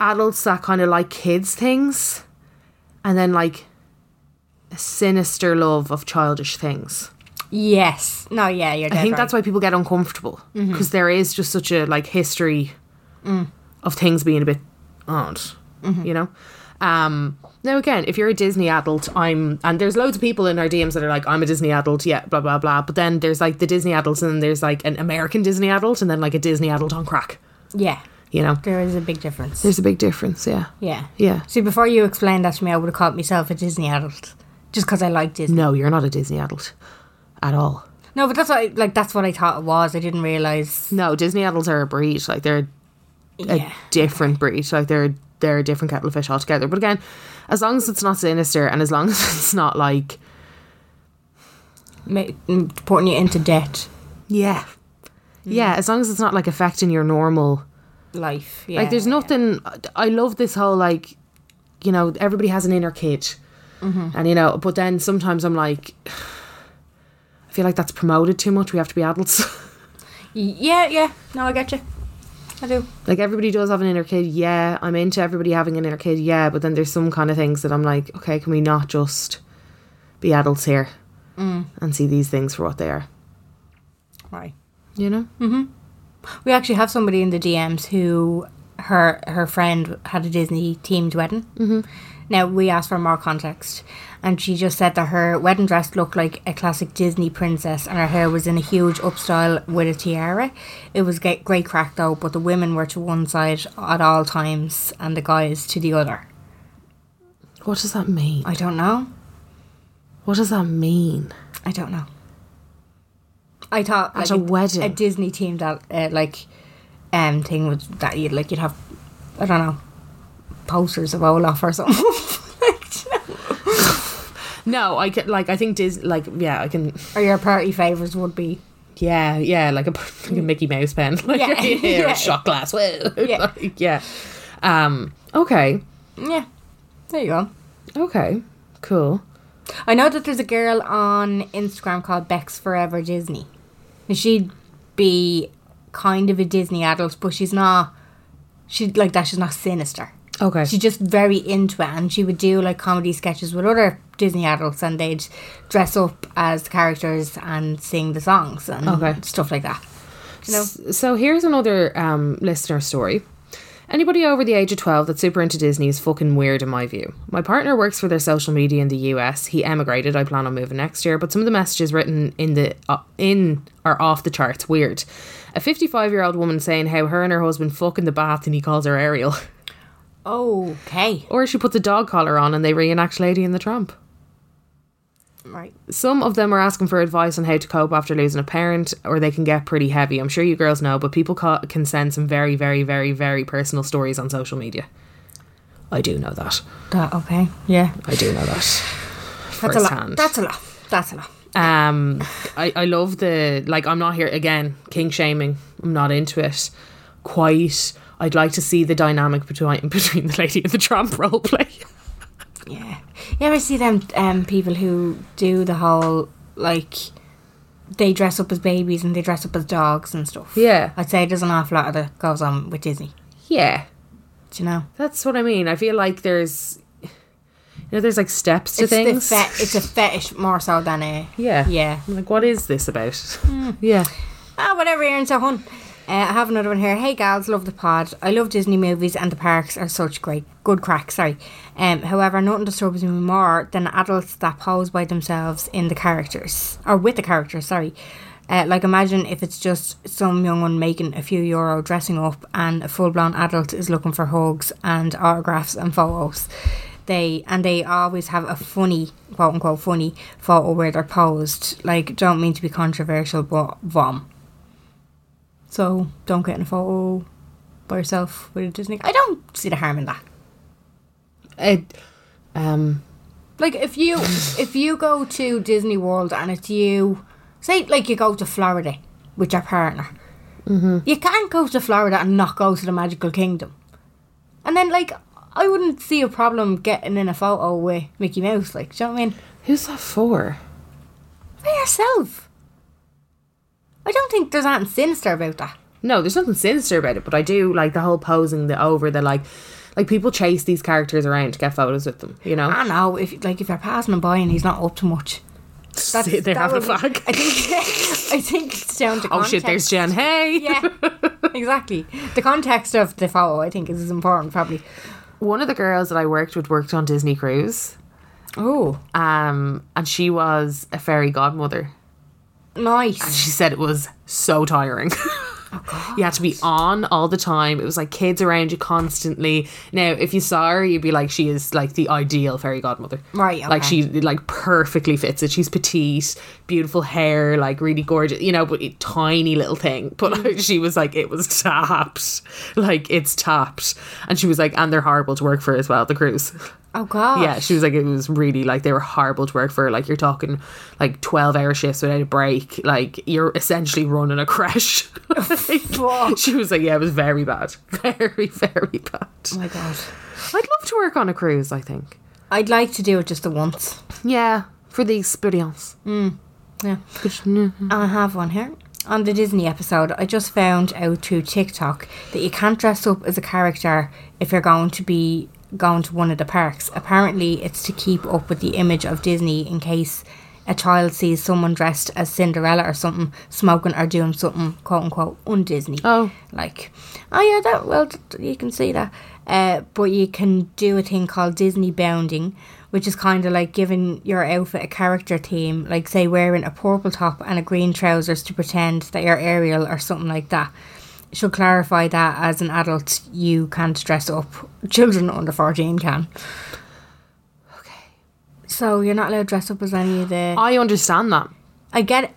adults that kind of like kids things and then like a sinister love of childish things
Yes. No, yeah, you're dead
i think
right. Mm-hmm.
that's why people get uncomfortable because is just such a like history
Mm.
of things being a bit odd
Mm-hmm.
you know um now again if you're a disney adult i'm and there's loads of people in our dms that are like i'm a disney adult yeah blah blah blah but then there's like the disney adults and then there's like an american disney adult and then like a disney adult on crack
Yeah.
you know
There is a big difference.
there's a big difference yeah
yeah.
yeah
See, before you explained that to me, I would have called myself a Disney adult. Just because I like Disney.
No, you're not a Disney adult at all.
No, but that's what I, like that's what I thought it was. I didn't realise.
No, Disney adults are a breed. Like they're a
Yeah.
different breed. Like they're they're a different kettle of fish altogether. But again, as long as it's not sinister and as long (laughs) as it's not like
Ma- m- putting you into debt
yeah. Yeah, as long as it's not like affecting your normal
life. Yeah,
like there's nothing I love this whole like you know, everybody has an inner kid.
Mm-hmm.
And you know, but then sometimes I'm like (sighs) I feel like that's promoted too much. We have to be adults. (laughs)
Yeah, yeah. No, I get you. I do.
Like everybody does have an inner kid, yeah. I'm into everybody having an inner kid, yeah. But then there's some kind of things that I'm like, okay, can we not just be adults here and see these things for what they are?
Right.
You know,
We actually have somebody in the DMs who her her friend had a Disney themed wedding. Mm-hmm. Now we asked for more context, and she just said that her wedding dress looked like a classic Disney princess, and her hair was in a huge upstyle with a tiara. It was ge- great crack though, but the women were to one side at all times, and the guys to the other.
what does that mean?
I don't know.
What does that mean?
I don't know. I thought
At a wedding?
a Disney themed uh, like um thing was that you'd like you'd have I don't know posters of Olaf or something. (laughs)
No, I could like I think Dis like yeah I can
or your party favors would be
yeah yeah like a, (laughs) like a Mickey Mouse pen (laughs) like
Yeah,
yeah, or
yeah.
a shot glass (laughs) whoa
Yeah.
Like, yeah um okay
yeah. There you go.
okay cool
I know that there's a girl on Instagram called Bex Forever Disney. And she'd be kind of a Disney adult, but she's not. She like that. She's not sinister.
okay
She's just very into it, and she would do like comedy sketches with other Disney adults, and they'd dress up as the characters and sing the songs and
Okay.
stuff like that. You know,
So here's another um, listener story. Anybody over the age of 12 that's super into Disney is fucking weird in my view. My partner works for their social media in the US. He emigrated. I plan on moving next year, but some of the messages written in the uh, in are off the charts weird. A 55-year-old woman saying how her and her husband fuck in the bath and he calls her Ariel. (laughs)
okay,
or she puts a dog collar on and they reenact Lady in the Tramp.
Right.
Some of them are asking for advice on how to cope after losing a parent, or they can get pretty heavy. I'm sure you girls know, but people ca- can send some very, very, very, very personal stories on social media. I do know that.
That okay. Yeah.
I do know that.
That's a lot.
firsthand.
That's a lot. That's a lot.
Um, I, I love the like. I'm not here again. King shaming. I'm not into it. Quite. I'd like to see the dynamic between (laughs) between the lady and the tramp role play.
Yeah. You ever see them um, people who do the whole like they dress up as babies and they dress up as dogs and stuff?
Yeah.
I'd say there's an awful lot of that goes on with Disney.
Yeah,
Do you know?
that's what I mean. I feel like there's, you know, there's like steps to
it's
things.
The fe- it's a fetish more so than a
yeah,
yeah. Hmm.
I'm like, what is this about? (laughs) Yeah,
Ah, whatever, you're into hun. Uh, I have another one here. Hey gals, love the pod. I love Disney movies and the parks are such great, good crack, sorry. Um, however, nothing disturbs me more than adults that pose by themselves in the characters, or with the characters, sorry. Uh, like, imagine if it's just some young one making a few euro dressing up and a full blown adult is looking for hugs and autographs and photos. They and they always have a funny, quote unquote, funny photo where they're posed. Like, don't mean to be controversial, but vom. So don't get in a photo by yourself with a Disney. I don't see the harm in that.
it, um,
Like if
(sighs)
you if you go to Disney World and it's you, say like you go to Florida with your partner, mm-hmm. you can't go to Florida and not go to the Magical Kingdom. And then like I wouldn't see a problem getting in a photo with Mickey Mouse. Like do you know what I mean?
who's that for?
By yourself. I don't think there's anything sinister about that.
No, there's nothing sinister about it, but I do like the whole posing, the over, the like, like people chase these characters around to get photos with them. You know,
I know if like if you're passing him by and he's not up to much. That's,
sit there
that
having a
would be-
fag.
I think (laughs) I think it's down to
Oh shit, there's Jen. Hey.
yeah, exactly. The context of the photo, I think, is important, probably.
(laughs) One of the girls that I worked with worked on Disney Cruise,
Oh,
um, and she was a fairy godmother.
nice.
She said it was so tiring. (laughs) You had to be
Oh,
on all the time. It was like kids around you constantly. Now, if you saw her, you'd be like, she is like the ideal fairy godmother.
Right,
Like
okay.
she like perfectly fits it. She's petite, beautiful hair, like really gorgeous, you know, but it- tiny little thing. But like,
Mm.
(laughs) she was like, it was tapped. Like it's tapped. And she was like, and they're horrible to work for as well, the (laughs) cruise.
Oh god.
(laughs) Yeah, she was like, it was really like they were horrible to work for. Like you're talking like twelve hour shifts without a break. Like you're essentially running a crash.
Fuck.
(laughs) she was like, yeah, it was very bad, (laughs) very very bad.
Oh my god.
I'd love to work on a cruise. I think.
I'd like to do it just the once.
Yeah, for the experience.
Yeah. I have one here. On the Disney episode, I just found out through TikTok that you can't dress up as a character if you're going to be going to one of the parks. Apparently, it's to keep up with the image of Disney in case a child sees someone dressed as Cinderella or something smoking or doing something quote unquote un Disney.
Oh.
Like, oh yeah, that, well, th- th- you can see that. Uh, but you can do a thing called Disney bounding, which is kind of like giving your outfit a character theme, like say wearing a purple top and a green trousers to pretend that you're Ariel or something like that. Should clarify that as an adult, you can't dress up. Children under 14 can.
Okay.
So you're not allowed to dress up as any of the.
I understand that.
I get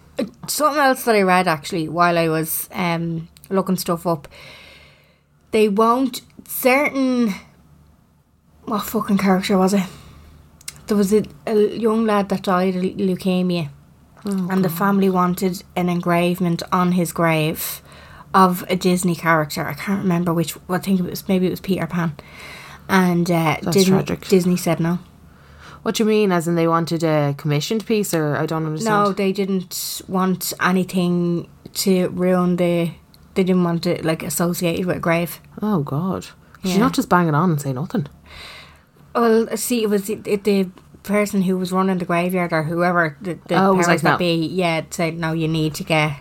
something else that I read actually while I was um, looking stuff up. They won't certain. What fucking character was it? There was a, a young lad that died of leukemia, and the family wanted an engravement on his grave of a Disney character. I can't remember which. I think it was maybe it was Peter Pan, and uh, Disney,
tragic.
Disney said no.
What do you mean? As in they wanted a commissioned piece, or I don't understand.
No, they didn't want anything to ruin the. They didn't want it like associated with a grave.
Oh God. She's
Yeah.
not just banging on and say nothing.
Well, see, it was it, the person who was running the graveyard or whoever the, the
Oh,
powers
was like,
that
"No."
be. Yeah, said no. You need to get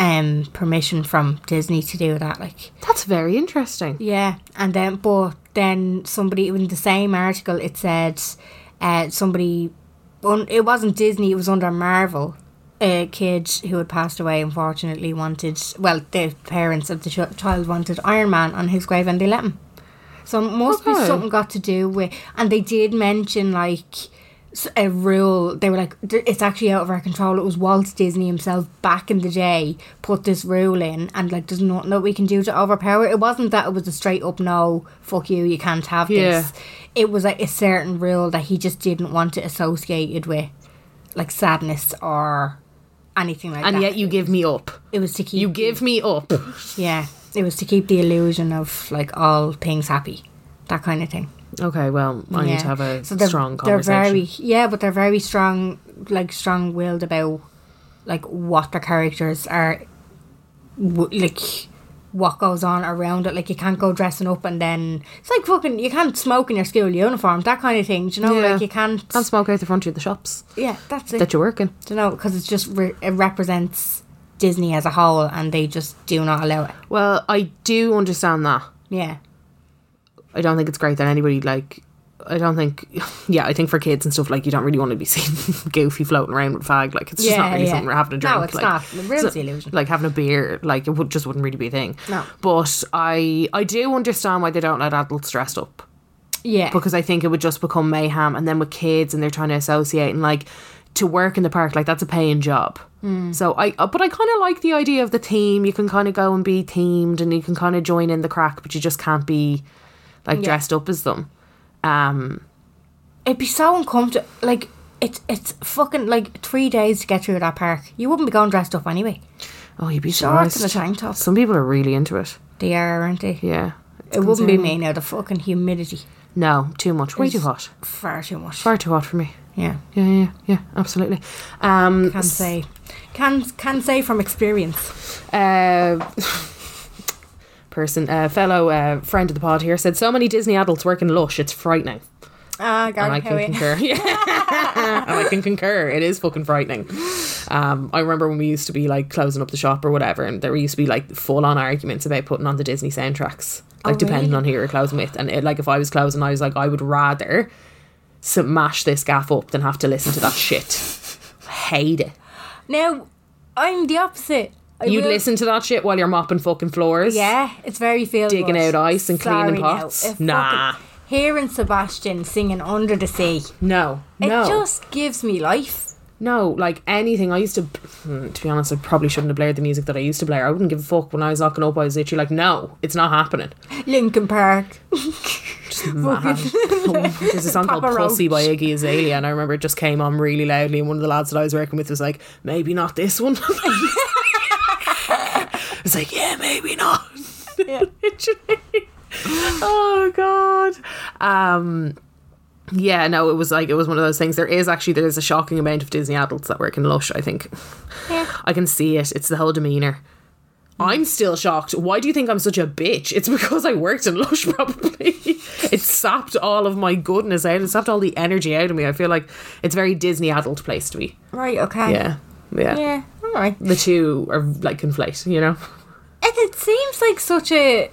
um permission from Disney to do that. Like,
That's very interesting.
Yeah, and then but then somebody in the same article it said, uh, somebody, un, it wasn't Disney, it was under Marvel. A kid who had passed away unfortunately wanted, well, the parents of the ch- child wanted Iron Man on his grave, and they let him. So it must be
Okay.
something got to do with, and they did mention like s- a rule. They were like, "D- it's actually out of our control. It was Walt Disney himself back in the day put this rule in, and like, there's nothing that we can do to overpower it. It wasn't that it was a straight up no, fuck you, you can't have
Yeah.
this. It was like a certain rule that he just didn't want it associated with, like sadness or anything like
and
that.
yet you give me up.
it was to keep
You give me up.
yeah, it was to keep the illusion of like all things happy, that kind of thing.
Okay, well, I
yeah.
need to have a
So they're-
strong
they're
conversation.
very yeah, but they're very strong, like strong willed about like what the characters are, w- like what goes on around it. Like you can't go dressing up and then it's like fucking you can't smoke in your school uniform, that kind of thing. Do you know,
Yeah.
like you can't.
Can't smoke out the front of the shops
yeah, that's it.
that you work in.
Do you know, because it's just re- it represents Disney as a whole, and they just do not allow it.
Well, I do understand that.
Yeah.
I don't think it's great that anybody like. I don't think. (laughs) Yeah, I think for kids and stuff like you don't really want to be (laughs) seen goofy floating around with fag. Like it's just
Yeah,
not really
yeah.
something we're having to
No,
drink.
it's
like,
not. It ruins
it's
the illusion.
Like having a beer, like it would just wouldn't really be a thing.
No.
But I I do understand why they don't let adults dressed up
Yeah.
because I think it would just become mayhem. And then with kids and they're trying to associate and like to work in the park, like that's a paying job.
Hmm.
So I, uh, but I kind of like the idea of the team. You can kind of go and be teamed, and you can kind of join in the crack, but you just can't be like dressed up as them. Um,
It'd be so uncomfortable. Like it's it's fucking like three days to get through that park. You wouldn't be going dressed up anyway.
oh, you'd be
Shorts and a
surprised.
tank top.
Some people are really into it.
They are, aren't they?
Yeah,
It wouldn't be me now. The fucking humidity,
no, too much, way too
It's-
hot,
far too much.
far too hot for me.
yeah,
Yeah, yeah, yeah, absolutely. Um,
can say, can can say from experience.
uh, (laughs) person, uh, fellow uh, friend of the pod here said, "So many Disney adults work in Lush. It's frightening."
Ah,
And I
Garden
can
Howie.
concur. (laughs) Yeah. and I can concur. It is fucking frightening. Um, I remember when we used to be like closing up the shop or whatever, and there used to be like full on arguments about putting on the Disney soundtracks,
Oh,
like depending on who you're closing with. And it, like if I was closing, I was like, I would rather smash this gaff up than have to listen
(laughs)
to that shit. Hate it.
Now, I'm the opposite. I
You'd
will-
listen to that shit while you're mopping fucking floors.
Yeah, it's very feel
Digging
good.
out ice and cleaning
Sorry now,
pots?
it fucking-
Nah.
Hearing Sebastian singing Under the Sea,
No. No.
it just gives me life.
No, like anything. I used to, hmm, to be honest, I probably shouldn't have blared the music that I used to blare. I wouldn't give a fuck when I was locking up. I was literally like, no, it's
(laughs)
not happening. (laughs)
Lincoln Park.
Mad. There's a song called
Papa Roach.
Pussy by Iggy Azalea, and I remember it just came on really loudly. And one of the lads that I was working with was like, maybe not this one. (laughs) I was like, yeah,
(laughs)
maybe not. (laughs) Literally. oh god. Um, yeah, no, it was like it was one of those things. There is actually there is a shocking amount of Disney adults that work in Lush. I think I can see it. It's the whole demeanor. I'm still shocked. Why do you think I'm such a bitch? It's (laughs) because I worked in Lush, probably. it sapped all of my goodness out. It sapped all the energy out of me. I feel like it's a very Disney adult place to be.
Right. Okay.
Yeah, yeah.
Yeah. All right.
The two are like conflate. You know,
And it seems like such a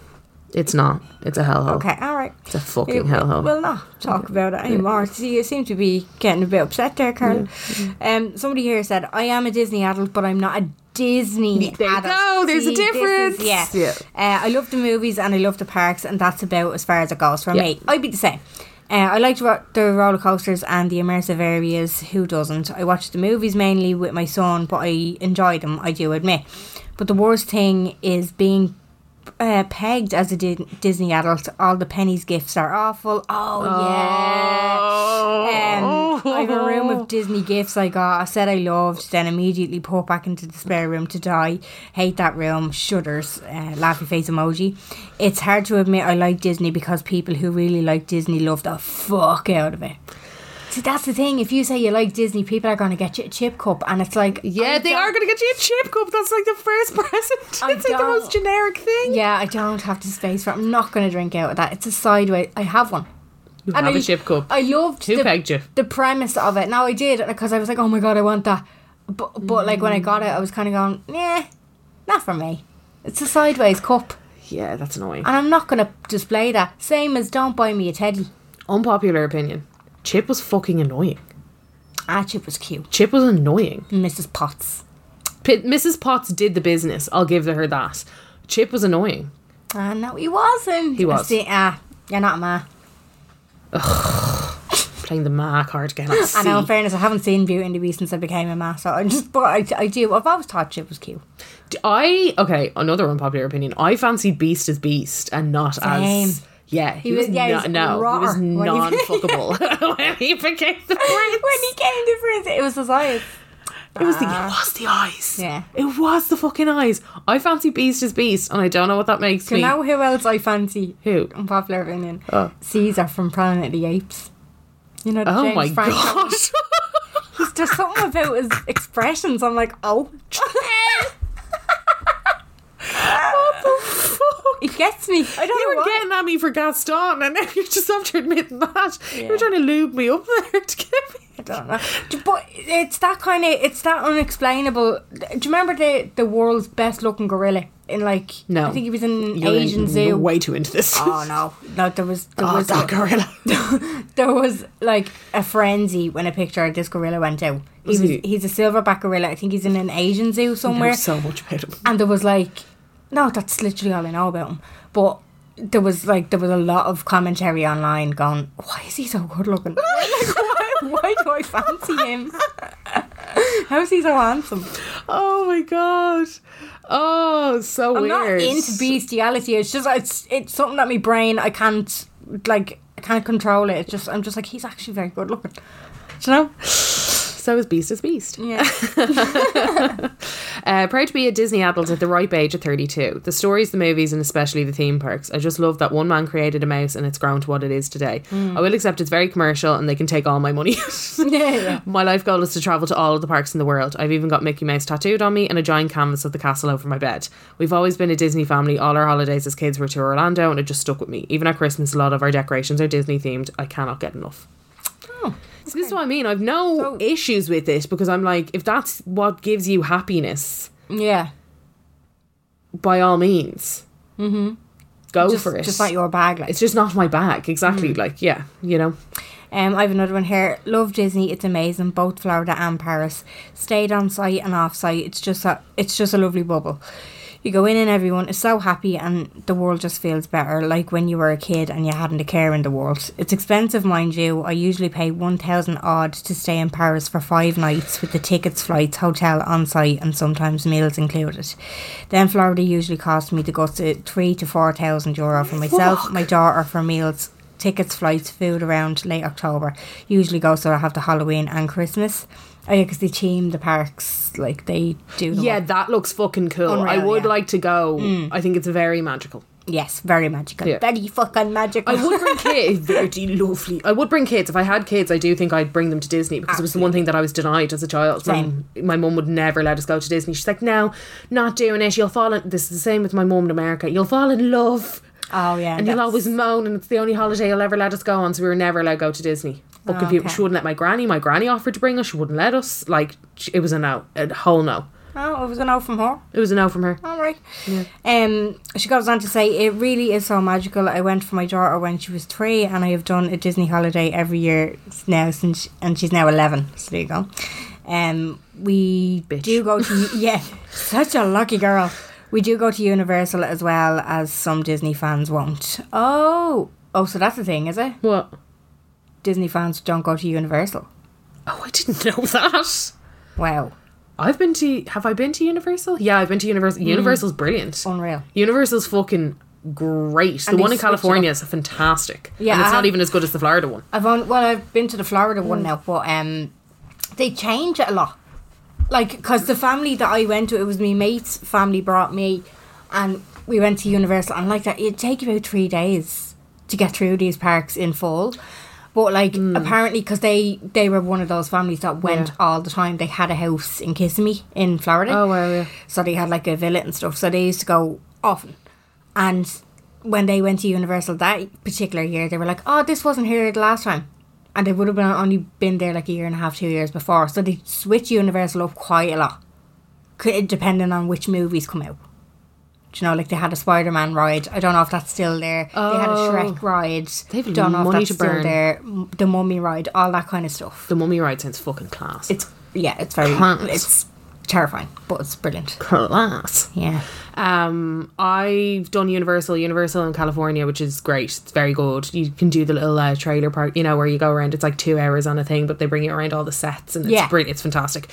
it's not. It's a hellhole.
okay. All right.
It's a fucking hellhole.
We'll not talk about it anymore. See, you seem to be getting a bit upset there, Carl. Um, somebody here said, "I am a Disney adult, but I'm not a Disney
There you
adult."
go, there's a
this
difference.
Is, yeah.
Yeah.
Uh, I love the movies and I love the parks, and that's about as far as it goes for
Yeah.
me. I'd be the same. Uh, I liked ro- the roller coasters and the immersive areas. Who doesn't? I watched the movies mainly with my son, but I enjoyed them. I do admit. But the worst thing is being uh, pegged as a Di- Disney adult. All the pennies gifts are awful. Oh, yeah. Um, I have a room
Oh.
of Disney gifts I got. I said I loved, then immediately poured back into the spare room to die. Hate that room. Shudders. Uh, laughy face emoji. It's hard to admit I like Disney because people who really like Disney love the fuck out of it. See, that's the thing. If you say you like Disney, people are going to get you a chip cup, and it's like
yeah,
I
they
don't-
are going to get you a chip cup. That's like the first (laughs) present.
I
it's like the
don't-
most generic thing.
Yeah, I don't have the space for. it. I'm not going to drink out of that. It's a sideways. I have one.
You
And
have
I-
a chip cup.
I loved
Who
the,
pegged you?
the premise of it. Now I did because I was like, oh my god, I want that. But but like when I got it, I was kind of going, yeah, not for me. It's a sideways cup,
yeah, that's annoying.
and I'm not going to display that. Same as don't buy me a teddy.
Unpopular opinion. Chip was fucking annoying.
Ah, chip was cute,
Chip was annoying.
Mrs. Potts.
P- Mrs. Potts did the business. I'll give her that. Chip was annoying.
Ah, no, he wasn't.
He
I
was.
See, ah, you're not a man.
playing the Ma card again. I
(gasps) I know, in
see.
fairness, I haven't seen Beauty and the Beast since I became a master. I just, but I, I do. I've always thought shit was cute.
D- I okay. Another unpopular opinion. I fancied Beast as Beast and not
Same.
as yeah. He, was,
was- yeah, he
no,
was
no, he was
rotter when he- (laughs)
non-fuckable (laughs) when he became the prince.
when he came to prison, it was his eyes.
It was the it was the eyes.
Ah. Yeah.
It was the fucking eyes. I fancy Beast as Beast, and I don't know what that makes
Do
me.
you know who else I fancy?
Who?
Unpopular opinion. Caesar from Planet of the Apes. You know, the
oh
James
my
Franco.
god. (laughs)
He's- (laughs) There's something about his expressions. I'm like, oh. (laughs) It gets me. I don't
you
know
were
why.
getting at me for Gaston, and (laughs) now you just have to admit that you were trying to lube me up there (laughs) to get me. I
don't know. D- But it's that kind of it's that unexplainable. Do you remember the the world's best looking gorilla in like
No,
I think he was in an
You're in-
Asian
you're
zoo.
Way too into this. (laughs)
Oh no, no, there was there
Oh,
was
that gorilla.
(laughs) there was like a frenzy when a picture of this gorilla went out. He was,
he?
he's a silverback gorilla. I think he's in an Asian zoo somewhere.
There's so much about him.
and there was like, no, that's literally all I know about him. But there was like there was a lot of commentary online going, why is he so good looking? (laughs) like, why, why do I fancy him? (laughs) How is he so handsome?
Oh my god. Oh, so
I'm
weird.
not into bestiality. It's just it's it's something that my brain I can't like I can't control it. It's just I'm just like he's actually very good looking. Do you know?
so is Beast is Beast.
Yeah.
(laughs) Uh, proud to be a Disney adult at the ripe age of 32. The stories, the movies, and especially the theme parks. I just love that one man created a mouse and it's grown to what it is today. I will accept it's very commercial and they can take all my money.
Mm.
(laughs)
yeah.
my life goal is to travel to all of the parks in the world. I've even got Mickey Mouse tattooed on me and a giant canvas of the castle over my bed. We've always been a Disney family. All our holidays as kids were to Orlando and it just stuck with me. Even at Christmas, a lot of our decorations are Disney themed. I cannot get enough. So this is what I mean. I've no issues with it because I'm like, if that's what gives you happiness,
Yeah.
by all means, mm-hmm. go
Just,
for it.
just not your bag. Like.
It's just not my bag, exactly. Like, yeah, you know.
Um, I have another one here. Love Disney. It's amazing. Both Florida and Paris. Stayed on site and off site. It's just a, it's just a lovely bubble. You go in and everyone is so happy and the world just feels better. Like when you were a kid and you hadn't a care in the world. It's expensive, mind you. I usually pay one thousand odd to stay in Paris for five nights with the tickets, flights, hotel on site, and sometimes meals included. Then Florida usually cost me the guts of three to four thousand euro for myself, my daughter for meals, tickets, flights, food around late October. Usually go so I have the Halloween and Christmas. Oh yeah, because they team the parks like they do. them
Yeah,
up.
that looks fucking cool. I
Unreal,
would
yeah.
like to go. I think it's very magical.
Yes, very magical.
Yeah.
Very fucking magical. (laughs)
I would bring kids. Very lovely. I would bring kids. If I had kids, I do think I'd bring them to Disney because it was the one thing that I was denied as a child. So
Same.
my mum would never let us go to Disney. She's like, no, not doing it. You'll fall in. This is the same with my mum in America. You'll fall in love.
Oh, yeah,
And you'll
that's-
always moan, and it's the only holiday you'll ever let us go on. So we were never allowed to go to Disney. But
Oh, okay.
she wouldn't let my granny. My granny offered to bring us. She wouldn't let us. Like she- it was a no, a whole no.
oh, it was an no from her.
It was a no from her.
All right. Um, she goes on to say, "It really is so magical. I went for my daughter when she was three, and I have done a Disney holiday every year now since, and she's now eleven. So there you go. Um, we
Bitch.
do go to yeah, such a lucky girl. We do go to Universal as well as some Disney fans won't. Oh, oh, so that's the thing, is it?
What?
Disney fans don't go to Universal.
Oh, I didn't (laughs) know that.
Wow,
I've been to. Have I been to Universal? Yeah, I've been to Universal. Universal's brilliant.
Mm-hmm. unreal.
Universal's fucking great. The
And they
one in
switch it
California is fantastic.
Yeah,
and
I
it's not
have-
even as good as the Florida one.
I've on well, I've been to the Florida
Mm.
one now, but um, they change it a lot. Like, because the family that I went to, it was my mate's family brought me, and we went to Universal. And like that, it'd take about three days to get through these parks in full. But like,
Mm.
apparently, because they they were one of those families that went all the time. They had a house in Kissimmee in Florida.
Oh, wow, yeah.
So they had like a villa and stuff. So they used to go often. And when they went to Universal that particular year, they were like, "Oh, this wasn't here the last time," and they would have been only been there like a year and a half, two years before. So they switch Universal up quite a lot, c- depending on which movies come out. Do you know, like they had a Spider Man ride. I don't know if that's still there. They had a Shrek ride.
They've
don't know
Oh. money
if that's
to burn.
still there. M- The Mummy ride, all that kind of stuff.
The Mummy ride sounds fucking class.
It's yeah, it's very
Class.
it's terrifying, but it's brilliant.
Class.
Yeah.
Um, I've done Universal, Universal in California, which is great. It's very good. You can do the little uh, trailer park, you know, where you go around. It's like two hours on a thing, but they bring you around all the sets, and it's
Yeah.
brilliant. It's fantastic.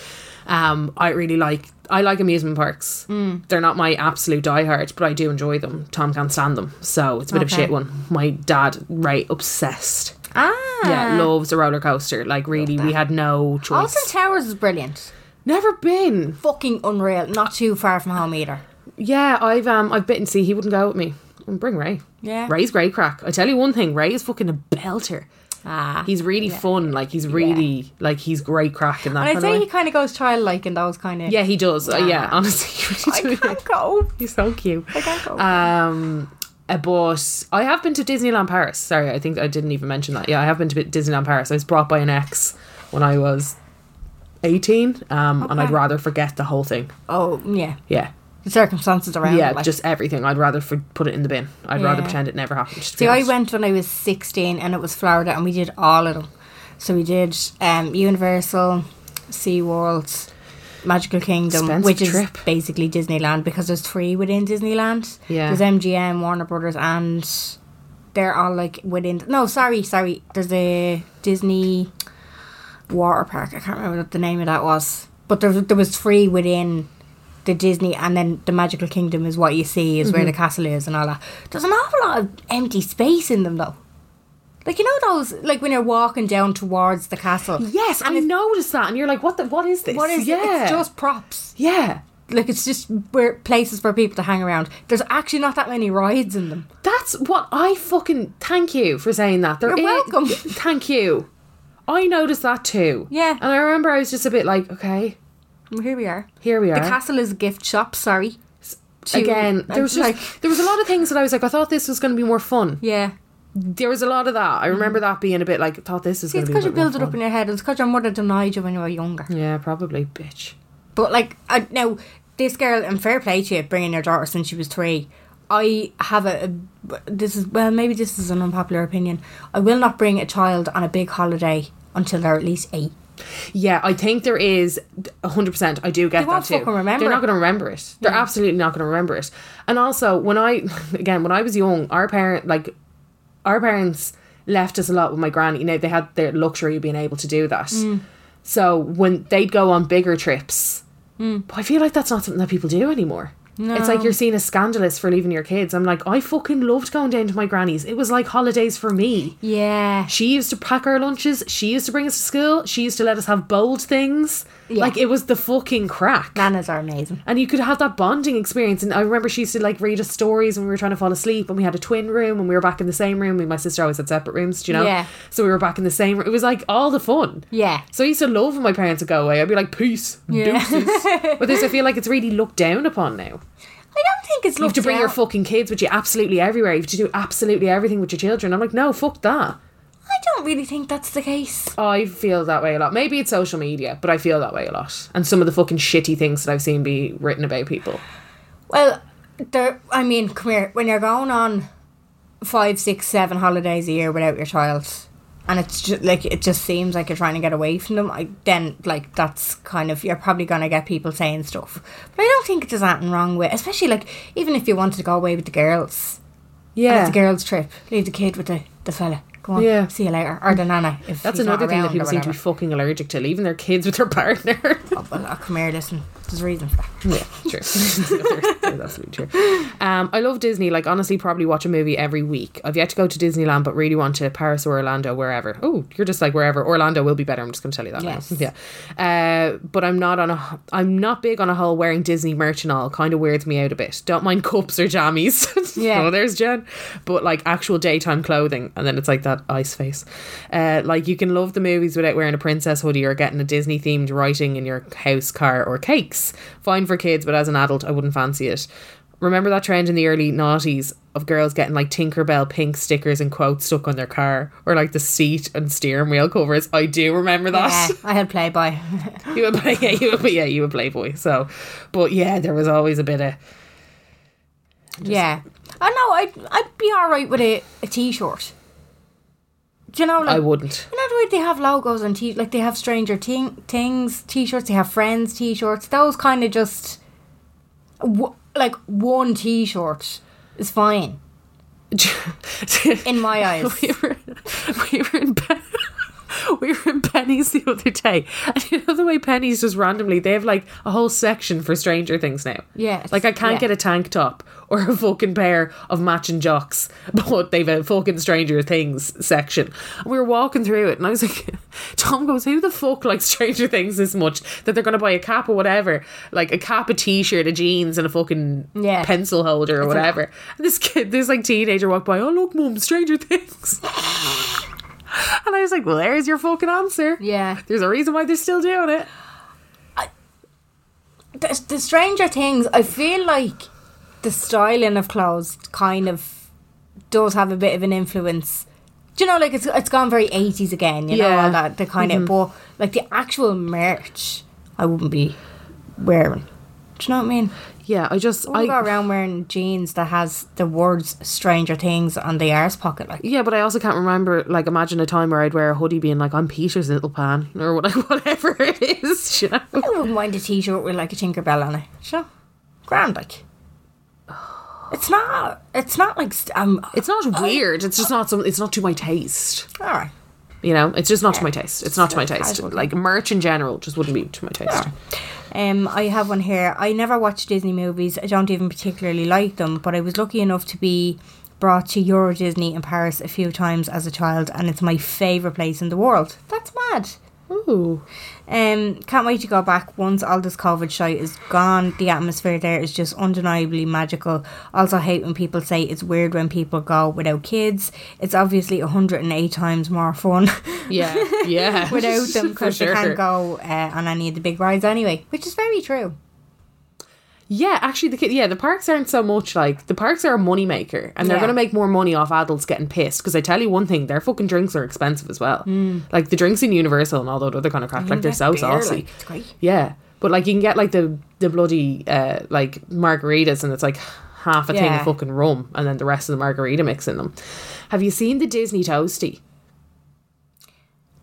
Um, I really like. I like amusement parks.
Mm.
They're not my absolute diehard, but I do enjoy them. Tom can't stand them, so it's a bit of a shit one. My dad, right, obsessed.
Ah.
Yeah, loves a roller coaster. Like really, we had no choice.
Alton Towers is brilliant.
Never been.
Fucking unreal. Not too far from home either.
Yeah, I've um, I've bitten. See, he wouldn't go with me. And bring Ray.
Yeah.
Ray's great crack. I tell you one thing, Ray is fucking a belter.
Ah.
He's really fun. Like he's really like he's great crack in
and
that.
I'd
kind of
say
way.
he kind of goes childlike in those kind of. (laughs)
yeah, he does. Uh, yeah, honestly,
Ah.
(laughs)
I can't go.
he's so cute.
I can't go.
Um, uh, but I have been to Disneyland Paris. Sorry, I think I didn't even mention that. Yeah, I have been to bit- Disneyland Paris. I was brought by an ex when I was eighteen, um, and I'd
Okay.
rather forget the whole thing.
oh, yeah.
Yeah.
The circumstances around
Yeah,
it. Like.
just everything. I'd rather for, put it in the bin. I'd rather
Yeah.
pretend it never happened. to be
See, I
honest.
went when I was 16 and it was Florida and we did all of them. So we did um, Universal, SeaWorld, Magical Kingdom,
Expensive
which is
trip.
basically Disneyland because there's three within Disneyland.
Yeah.
There's MGM, Warner Brothers, and they're all like within. No, sorry, sorry. There's a Disney water park. I can't remember what the name of that was. But there, there was three within the Disney, and then the Magical Kingdom is what you see, is where the castle is and all that. There's an awful lot of empty space in them, though. Like you know those, like when you're walking down towards the castle.
Yes, I
it's-
noticed that, and you're like, "What? The, what is this?
What is it?
yeah.
It's just props.
yeah."
Like it's just where places for people to hang around. There's actually not that many rides in them.
That's what I fucking thank you for saying that. There
You're
is-
welcome.
Thank you. I noticed that too.
Yeah.
and I remember I was just a bit like, "Okay,
Well, here we are.
here we are."
The castle is a gift shop. Sorry. To-
Again, there was just
like
there was a lot of things that I was like, I thought this was going to be more fun.
yeah.
There was a lot of that. I remember that being a bit like, I thought this was
See,
going
Mm-hmm. it's because you
to be. a bit more
build it up
fun.
in your head. and It's because your mother denied you when you were younger.
Yeah, probably, bitch.
But like I, now, this girl, and fair play to you, bringing her daughter since she was three. I have a, a- This is well, maybe this is an unpopular opinion. I will not bring a child on a big holiday until they're at least eight.
Yeah, I think there is 100%. I do get
They
that
won't
too.
fucking remember
They're not
it.
going to remember it. They're absolutely not going to remember it. And also, when I, (laughs) again, when I was young, our parent, like, our parents left us a lot with my granny. You know, they had their luxury of being able to do that.
Mm.
So when they'd go on bigger trips,
Mm.
but I feel like that's not something that people do anymore. It's like you're seen as scandalous for leaving your kids. I'm like, I fucking loved going down to my granny's. It was like holidays for me.
Yeah.
She used to pack our lunches. She used to bring us to school. She used to let us have bold things. Like it was the fucking crack.
Nanas are amazing.
And you could have that bonding experience. And I remember she used to like read us stories when we were trying to fall asleep. And we had a twin room, and we were back in the same room. Me and my sister always had separate rooms, do you know?
Yeah.
So we were back in the same. room. It was like all the fun.
Yeah.
So I used to love when my parents would go away. I'd be like, peace, deuces.
(laughs)
but this, I feel like it's really looked down upon now.
I don't think it's
You have
looked
to bring your
down-
fucking kids with you absolutely everywhere. You have to do absolutely everything with your children. I'm like, no, fuck that.
I don't really think that's the case.
I feel that way a lot. Maybe it's social media, but I feel that way a lot. And some of the fucking shitty things that I've seen be written about people.
Well, there. I mean, come here. When you're going on five, six, seven holidays a year without your child, and it's just like it just seems like you're trying to get away from them. I, then, like that's kind of you're probably gonna get people saying stuff. But I don't think there's anything wrong with, especially like even if you wanted to go away with the girls, and
Yeah.
it's a girls' trip. Leave the kid with the the fella. Go on.
Yeah.
See you later, or the nana. If
That's
he's not
another thing
around
that
or
people seem to be
whatever.
fucking allergic to, leaving their kids with their (laughs) partner.
Oh, well, oh, come here. Listen, there's a reason for that.
yeah, true. Oh, That's absolutely true. Um, I love Disney. Like, honestly, probably watch a movie every week. I've yet to go to Disneyland, but really want to Paris or Orlando, wherever. Oh, you're just like wherever. Orlando will be better. I'm just going to tell you that. now. (laughs)
Yes.
Yeah. Uh, but I'm not on a. I'm not big on a whole wearing Disney merch and all. Kind of weirds me out a bit. Don't mind (laughs) cups or jammies. (laughs)
Yeah.
oh, there's Jen. But like actual daytime clothing, and then it's like that ice face. Uh, like you can love the movies without wearing a princess hoodie or getting a Disney themed writing in your house, car, or cakes. Fine for kids, but as an adult, I wouldn't fancy it. Remember that trend in the early noughties of girls getting like Tinkerbell pink stickers and quotes stuck on their car or like the seat and steering wheel covers? I do remember that.
Yeah, I had Playboy.
You were play, (laughs) yeah, you were, yeah, you were Playboy. So, but yeah, there was always a bit of
yeah. I know, I'd, I'd be alright with a, a t shirt. Do you know, like,
I wouldn't. (laughs)
You know the way why would they have logos on t like they have Stranger Ting- Things t-shirts, they have Friends t-shirts. Those kind of just w- like one t-shirt is fine in my eyes.
we were we were in Pen- (laughs) we were in Penny's the other day, and you know the way Penny's just randomly they have like a whole section for Stranger Things now.
Yes,
like I can't
yeah.
get a tank top or a fucking pair of matching jocks, (laughs) but they've a fucking Stranger Things section. And we were walking through it, and I was like, (laughs) Tom goes, "Who the fuck likes Stranger Things this much that they're gonna buy a cap or whatever, like a cap, a t-shirt, a jeans, and a fucking
Yeah.
pencil holder or whatever?" And this kid, this like teenager, walked by. Oh look, mum, Stranger Things. (laughs) And I was like, well, there's your fucking answer.
Yeah.
There's a reason why they're still doing it.
the, the Stranger Things, I feel like the styling of clothes kind of does have a bit of an influence. Do you know, like it's it's gone very eighties again. You know
Yeah.
all that the kind of, but like the actual merch, I wouldn't be wearing. Do you know what I mean?
Yeah, I just,
I go
I,
around wearing jeans that has the words "Stranger Things" on the arse pocket. Like,
yeah, but I also can't remember, like, imagine a time where I'd wear a hoodie being like, I'm Peter's little pan, (laughs) or what- whatever (laughs) it is, you know?
I wouldn't mind a t-shirt with like a Tinkerbell on it. Do you know, grand like. It's not. It's not like st- um.
It's not weird. It's just not some. It's not to my taste.
all right.
You know, it's just not to my taste. It's not to my taste.
Casual.
Like merch in general, just wouldn't be to my
(laughs)
taste.
Um, I have one here. I never watch Disney movies. I don't even particularly like them, but I was lucky enough to be brought to Euro Disney in Paris a few times as a child, and it's my favourite place in the world. That's mad.
Ooh,
Um, can't wait to go back once all this COVID shite is gone. The atmosphere there is just undeniably magical. Also, hate when people say it's weird when people go without kids. It's obviously 108 times more fun (laughs)
yeah, yeah. (laughs)
without them
For
because they can't go uh, on any of the big rides anyway, which is very true.
Yeah, actually, the kid, yeah, the parks aren't so much like the parks are a moneymaker, and they're
Yeah.
going to make more money off adults getting pissed. Because I tell you one thing, their fucking drinks are expensive as well.
Hmm.
Like the drinks in Universal and all that other kind of crap, like they're so
Beer,
saucy.
like, it's great.
Yeah, but like you can get like the the bloody uh like margaritas, and it's like half a thing
Yeah.
of fucking rum, and then the rest of the margarita mix in them. Have you seen the Disney toasty?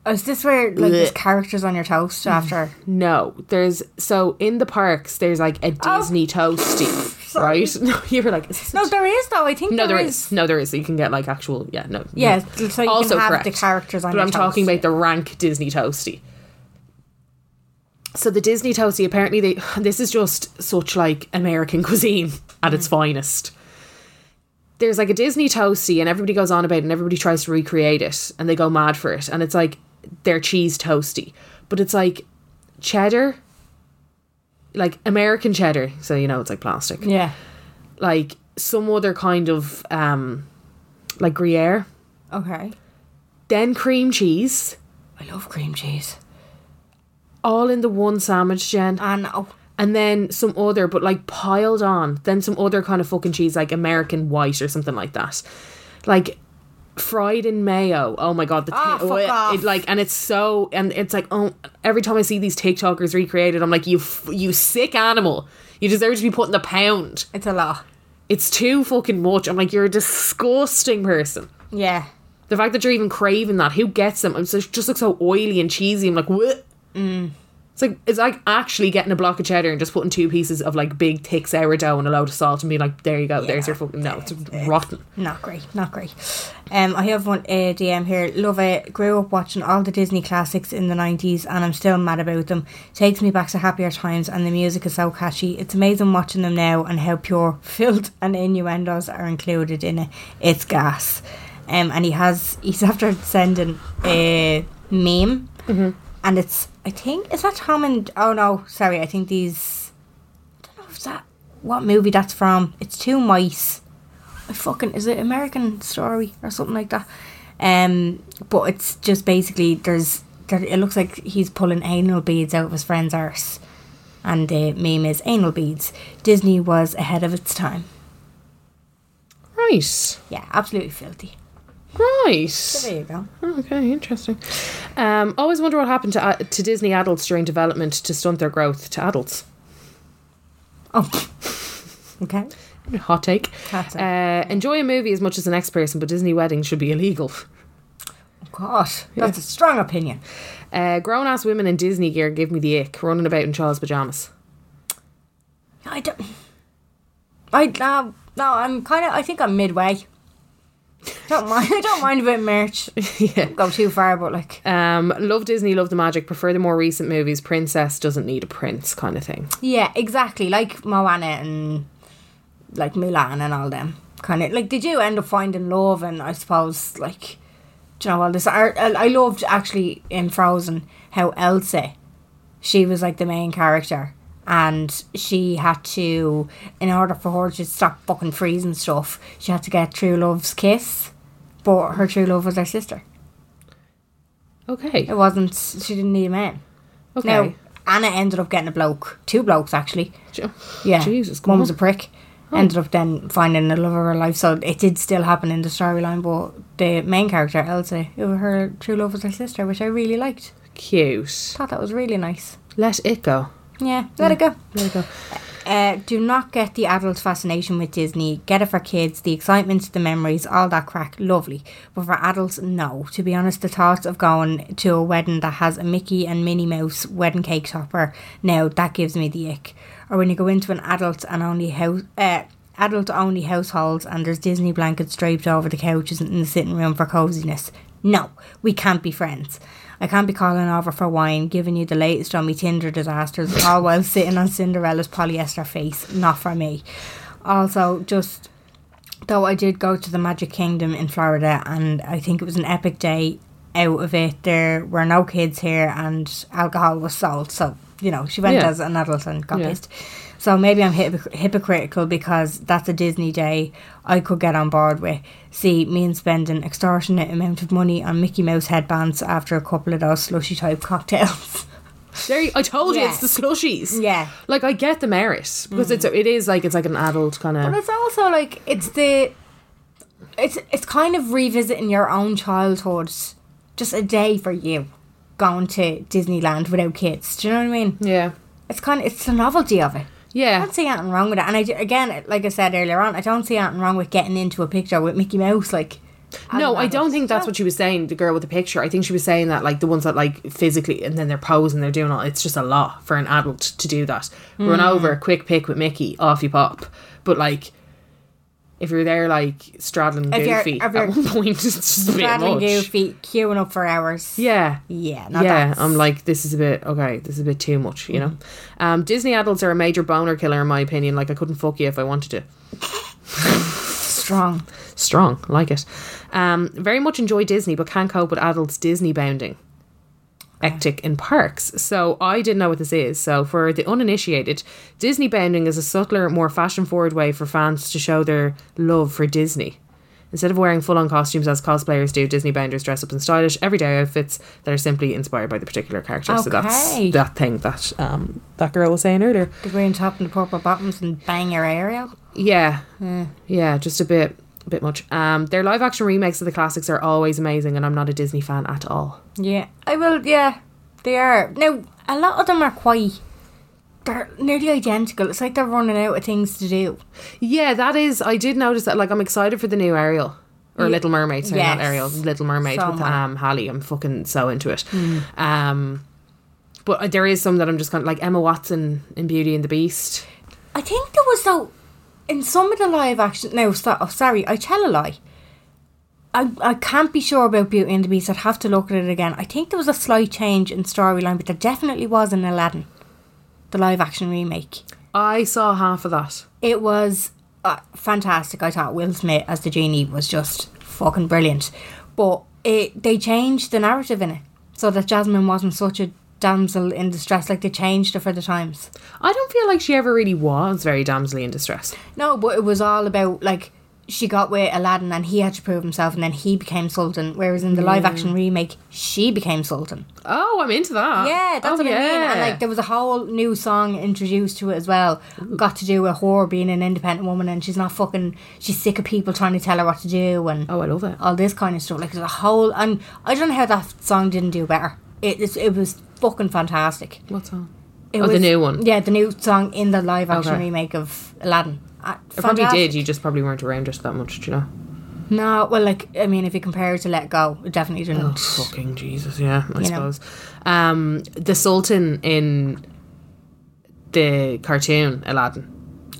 Oh, is this where like there's characters on your toast
Mm.
after?
No, there's so in the parks there's like a Disney toasty, right? (laughs) No, you were like, is
(laughs)
this a
No, there is though. I think
No, there is.
is.
No, there is. You can get like actual. Yeah, no.
Yeah,
no.
so you can have the characters on
But
your
I'm talking
toast.
about the rank Disney toasty. So the Disney toasty, apparently, they (sighs) this is just such like American (laughs) cuisine at
Mm.
its finest. There's like a Disney toasty, and everybody goes on about it, and everybody tries to recreate it, and they go mad for it, and it's like their cheese toasty, but it's like cheddar, like American cheddar. So you know it's like plastic
Yeah.
like some other kind of um like gruyere
Okay.
then cream cheese
I love cream cheese.
all in the one sandwich jen
And oh,
and then some other but like piled on then some other kind of fucking cheese like american white or something like that like fried in mayo oh my god the
Ah,
thi-
fuck
it-
off.
it, like and it's so and it's like oh every time i see these tiktokers recreated i'm like you f- you sick animal you deserve to be put in the pound
it's a lot.
it's too fucking much i'm like you're a disgusting person
Yeah.
The fact that you're even craving that, who gets them? It's just, just like so oily and cheesy. I'm like, what? It's like it's like actually getting a block of cheddar and just putting two pieces of like big thick sourdough and a load of salt and being like, there you go, there's your fucking no, it's rotten.
Not great, not great. Um, I have one uh, DM here. Love it. Grew up watching all the Disney classics in the 90s and I'm still mad about them. Takes me back to happier times and the music is so catchy. It's amazing watching them now and how pure (laughs) filth and innuendos are included in it. It's gas. Um, and he has, (laughs) he's after sending a meme and it's, I think, is that Tom and, oh no, sorry, I think these, I don't know if that, what movie that's from. It's two mice a fucking is it American Story or something like that. Um, but it's just basically there's there, it looks like he's pulling anal beads out of his friend's arse, and the meme is anal beads. Disney was ahead of its time.
Right.
Yeah, absolutely filthy.
Right.
There you go.
Okay, interesting. Um, always wonder what happened to uh, to Disney adults during development to stunt their growth to adults.
Oh, (laughs) okay.
Hot take.
Hot take.
Uh, enjoy a movie as much as the next person, but Disney weddings should be illegal.
God, that's a strong opinion.
Uh, Grown ass women in Disney gear give me the ick, running about in child's pajamas.
I don't. I uh, no, I'm kind of. I think I'm midway. Don't mind. I don't mind a bit of merch. Don't go too far, but like,
Um, love Disney, love the magic, prefer the more recent movies. Princess doesn't need a prince, kind of thing.
yeah, exactly. Like Moana and like Mulan and all them kind of like. Did you end up finding love? And I suppose like, do you know all this? I, I I loved actually in Frozen how Elsa, she was like the main character. And she had to, in order for her to stop fucking freezing stuff, she had to get True Love's kiss. But her true love was her sister.
Okay.
It wasn't. She didn't need a man.
Okay.
No, Anna ended up getting a bloke. Two blokes actually.
Jo-
Yeah.
Jesus, come
One was a
on. Oh.
prick. Ended up then finding the love of her life. So it did still happen in the storyline, but the main character Elsa, who her true love was her sister, which I really liked.
Cute.
Thought that was really nice.
Let it go.
Yeah, let it go.
Mm. Let it go.
Uh, do not get the adult fascination with Disney. Get it for kids, the excitement, the memories, all that crack, lovely. But for adults, no. To be honest, the thoughts of going to a wedding that has a Mickey and Minnie Mouse wedding cake topper, now that gives me the ick. Or when you go into an adult and only house, uh, adult only households and there's Disney blankets draped over the couches in the sitting room for coziness. No, we can't be friends. I can't be calling over for wine, giving you the latest on me Tinder disasters, all while sitting on Cinderella's polyester face. Not for me. Also, just though I did go to the Magic Kingdom in Florida, and I think it was an epic day out of it. There were no kids here, and alcohol was sold. So you know, she went
Yeah.
as an adult and got
Yeah.
pissed. So maybe I'm hypoc- hypocritical because that's a Disney day I could get on board with. See, me and spending extortionate amount of money on Mickey Mouse headbands after a couple of those slushy type cocktails. (laughs)
There you- I told you
Yeah.
it's the slushies.
Yeah. Mm.
Like I get the merit because it's it is like it's like an adult kind
But
of.
it's also like it's the it's it's kind of revisiting your own childhood, just a day for you going to Disneyland without kids. Do you know what I mean?
Yeah.
It's kind of it's the novelty of it. I
Yeah.
don't see anything wrong with it. And I, d- again, like I said earlier on, I don't see anything wrong with getting into a picture with Mickey Mouse. Like,
No, I
adult.
don't think that's what she was saying. The girl with the picture. I think she was saying that like the ones that like physically and then they're posing, they're doing all. It's just a lot for an adult to do that. Run
Mm.
over, quick pick with Mickey, off you pop. But like, if you're there like straddling
If you're-
goofy
if you're
at one (laughs) point, it's just a bit
straddling
much.
goofy, queuing up for hours.
Yeah.
Yeah, no,
yeah,
that's-
I'm like, this is a bit okay. This is a bit too much, you know.
Mm.
Um, Disney adults are a major boner killer, in my opinion. Like, I couldn't fuck you if I wanted to.
Strong.
Strong, like it. Um, very much enjoy Disney, but can't cope with adults Disney bounding. Ectic in parks. So I didn't know what this is. So for the uninitiated, Disney bounding is a subtler, more fashion-forward way for fans to show their love for Disney. Instead of wearing full-on costumes as cosplayers do, Disney bounders dress up in stylish everyday outfits that are simply inspired by the particular character. So that's
Okay.
that thing that um, that girl was saying earlier.
The green top and the purple bottoms and bang your aerial.
Yeah. Yeah, just a bit a bit much. Um their live action remakes of the classics are always amazing and I'm not a Disney fan at all.
Yeah, I will. Yeah, they are now. A lot of them are quite. They're nearly identical. It's like they're running out of things to do.
Yeah, that is I did notice that like I'm excited for the new Ariel. Or Little Mermaid, sorry,
yes.
not
Hmm.
Ariel. Little Mermaid
So
with
am I.
um Hallie. I'm fucking so into it. Um but there is some that I'm just kind of like Emma Watson in Beauty and the Beast.
I think there was though in some of the live action. No, so, oh, sorry, I tell a lie. I, I can't be sure about Beauty and the Beast. I'd have to look at it again. I think there was a slight change in storyline, but there definitely was in Aladdin, the live action remake.
I saw half of that.
It was uh, fantastic. I thought Will Smith as the genie was just fucking brilliant. But it they changed the narrative in it so that Jasmine wasn't such a damsel in distress. Like they changed it for the times.
I don't feel like she ever really was very damselly in distress.
No, but it was all about like she got with Aladdin and he had to prove himself, and then he became sultan. Whereas in the live action remake, she became sultan.
Oh, I'm into that.
Yeah, that's
Oh,
what I mean. And
yeah.
like there was a whole new song introduced to it as well. Got to do with her being an independent woman and she's not fucking she's sick of people trying to tell her what to do and
Oh, I love it.
all this kind of stuff. Like there's a whole and I don't know how that song didn't do better. It it's, it was fucking fantastic.
What's on?
It
Oh, the
was-
new one.
Yeah, the new song in the live action
Okay.
remake of Aladdin. Uh,
I probably
fantastic.
did. You just probably weren't around it that much, do you know?
No, well, like I mean, if you compare it to Let Go, it definitely didn't.
Oh, fucking Jesus, yeah, I
know.
suppose. Um, the Sultan in the cartoon Aladdin,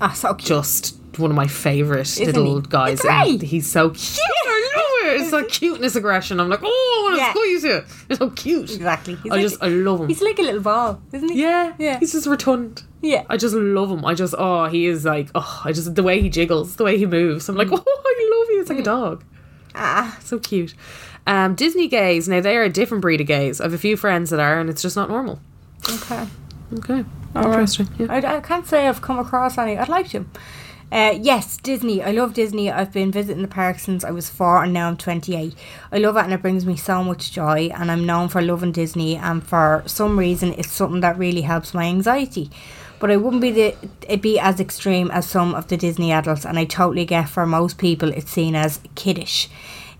Ah, so cute.
just one of my favorite little
he?
guys.
He's great.
And he's so cute. I love it. It's like cuteness aggression. I'm like, oh, I want to
Yeah.
yeah. squeeze you. You're so cute.
Exactly. He's
I
like-
just, I love him.
He's like a little ball, isn't he?
yeah,
yeah.
He's just rotund.
Yeah.
I just love him. I just, oh, he is like, oh, I just the way he jiggles, the way he moves. I'm like, (laughs) oh, I love you. It's like a dog. Ah, so cute. Um, Disney gays. Now they are a different breed of gays. I have a few friends that are, and it's just not normal.
Okay.
Okay, interesting. Yeah.
I, I can't say I've come across any. I'd like to. Uh, yes, Disney. I love Disney. I've been visiting the park since I was four and now I'm 28. I love it and it brings me so much joy. And I'm known for loving Disney, and for some reason, it's something that really helps my anxiety. But I wouldn't be the it be as extreme as some of the Disney adults, and I totally get for most people it's seen as kiddish.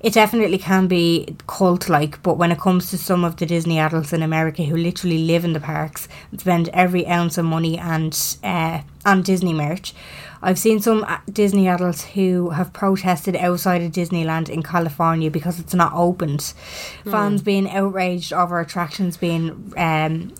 It definitely can be cult like, but when it comes to some of the Disney adults in America who literally live in the parks and spend every ounce of money and uh, on Disney merch, I've seen some uh, Disney adults who have protested outside of Disneyland in California because it's not opened. Fans being outraged over attractions being um,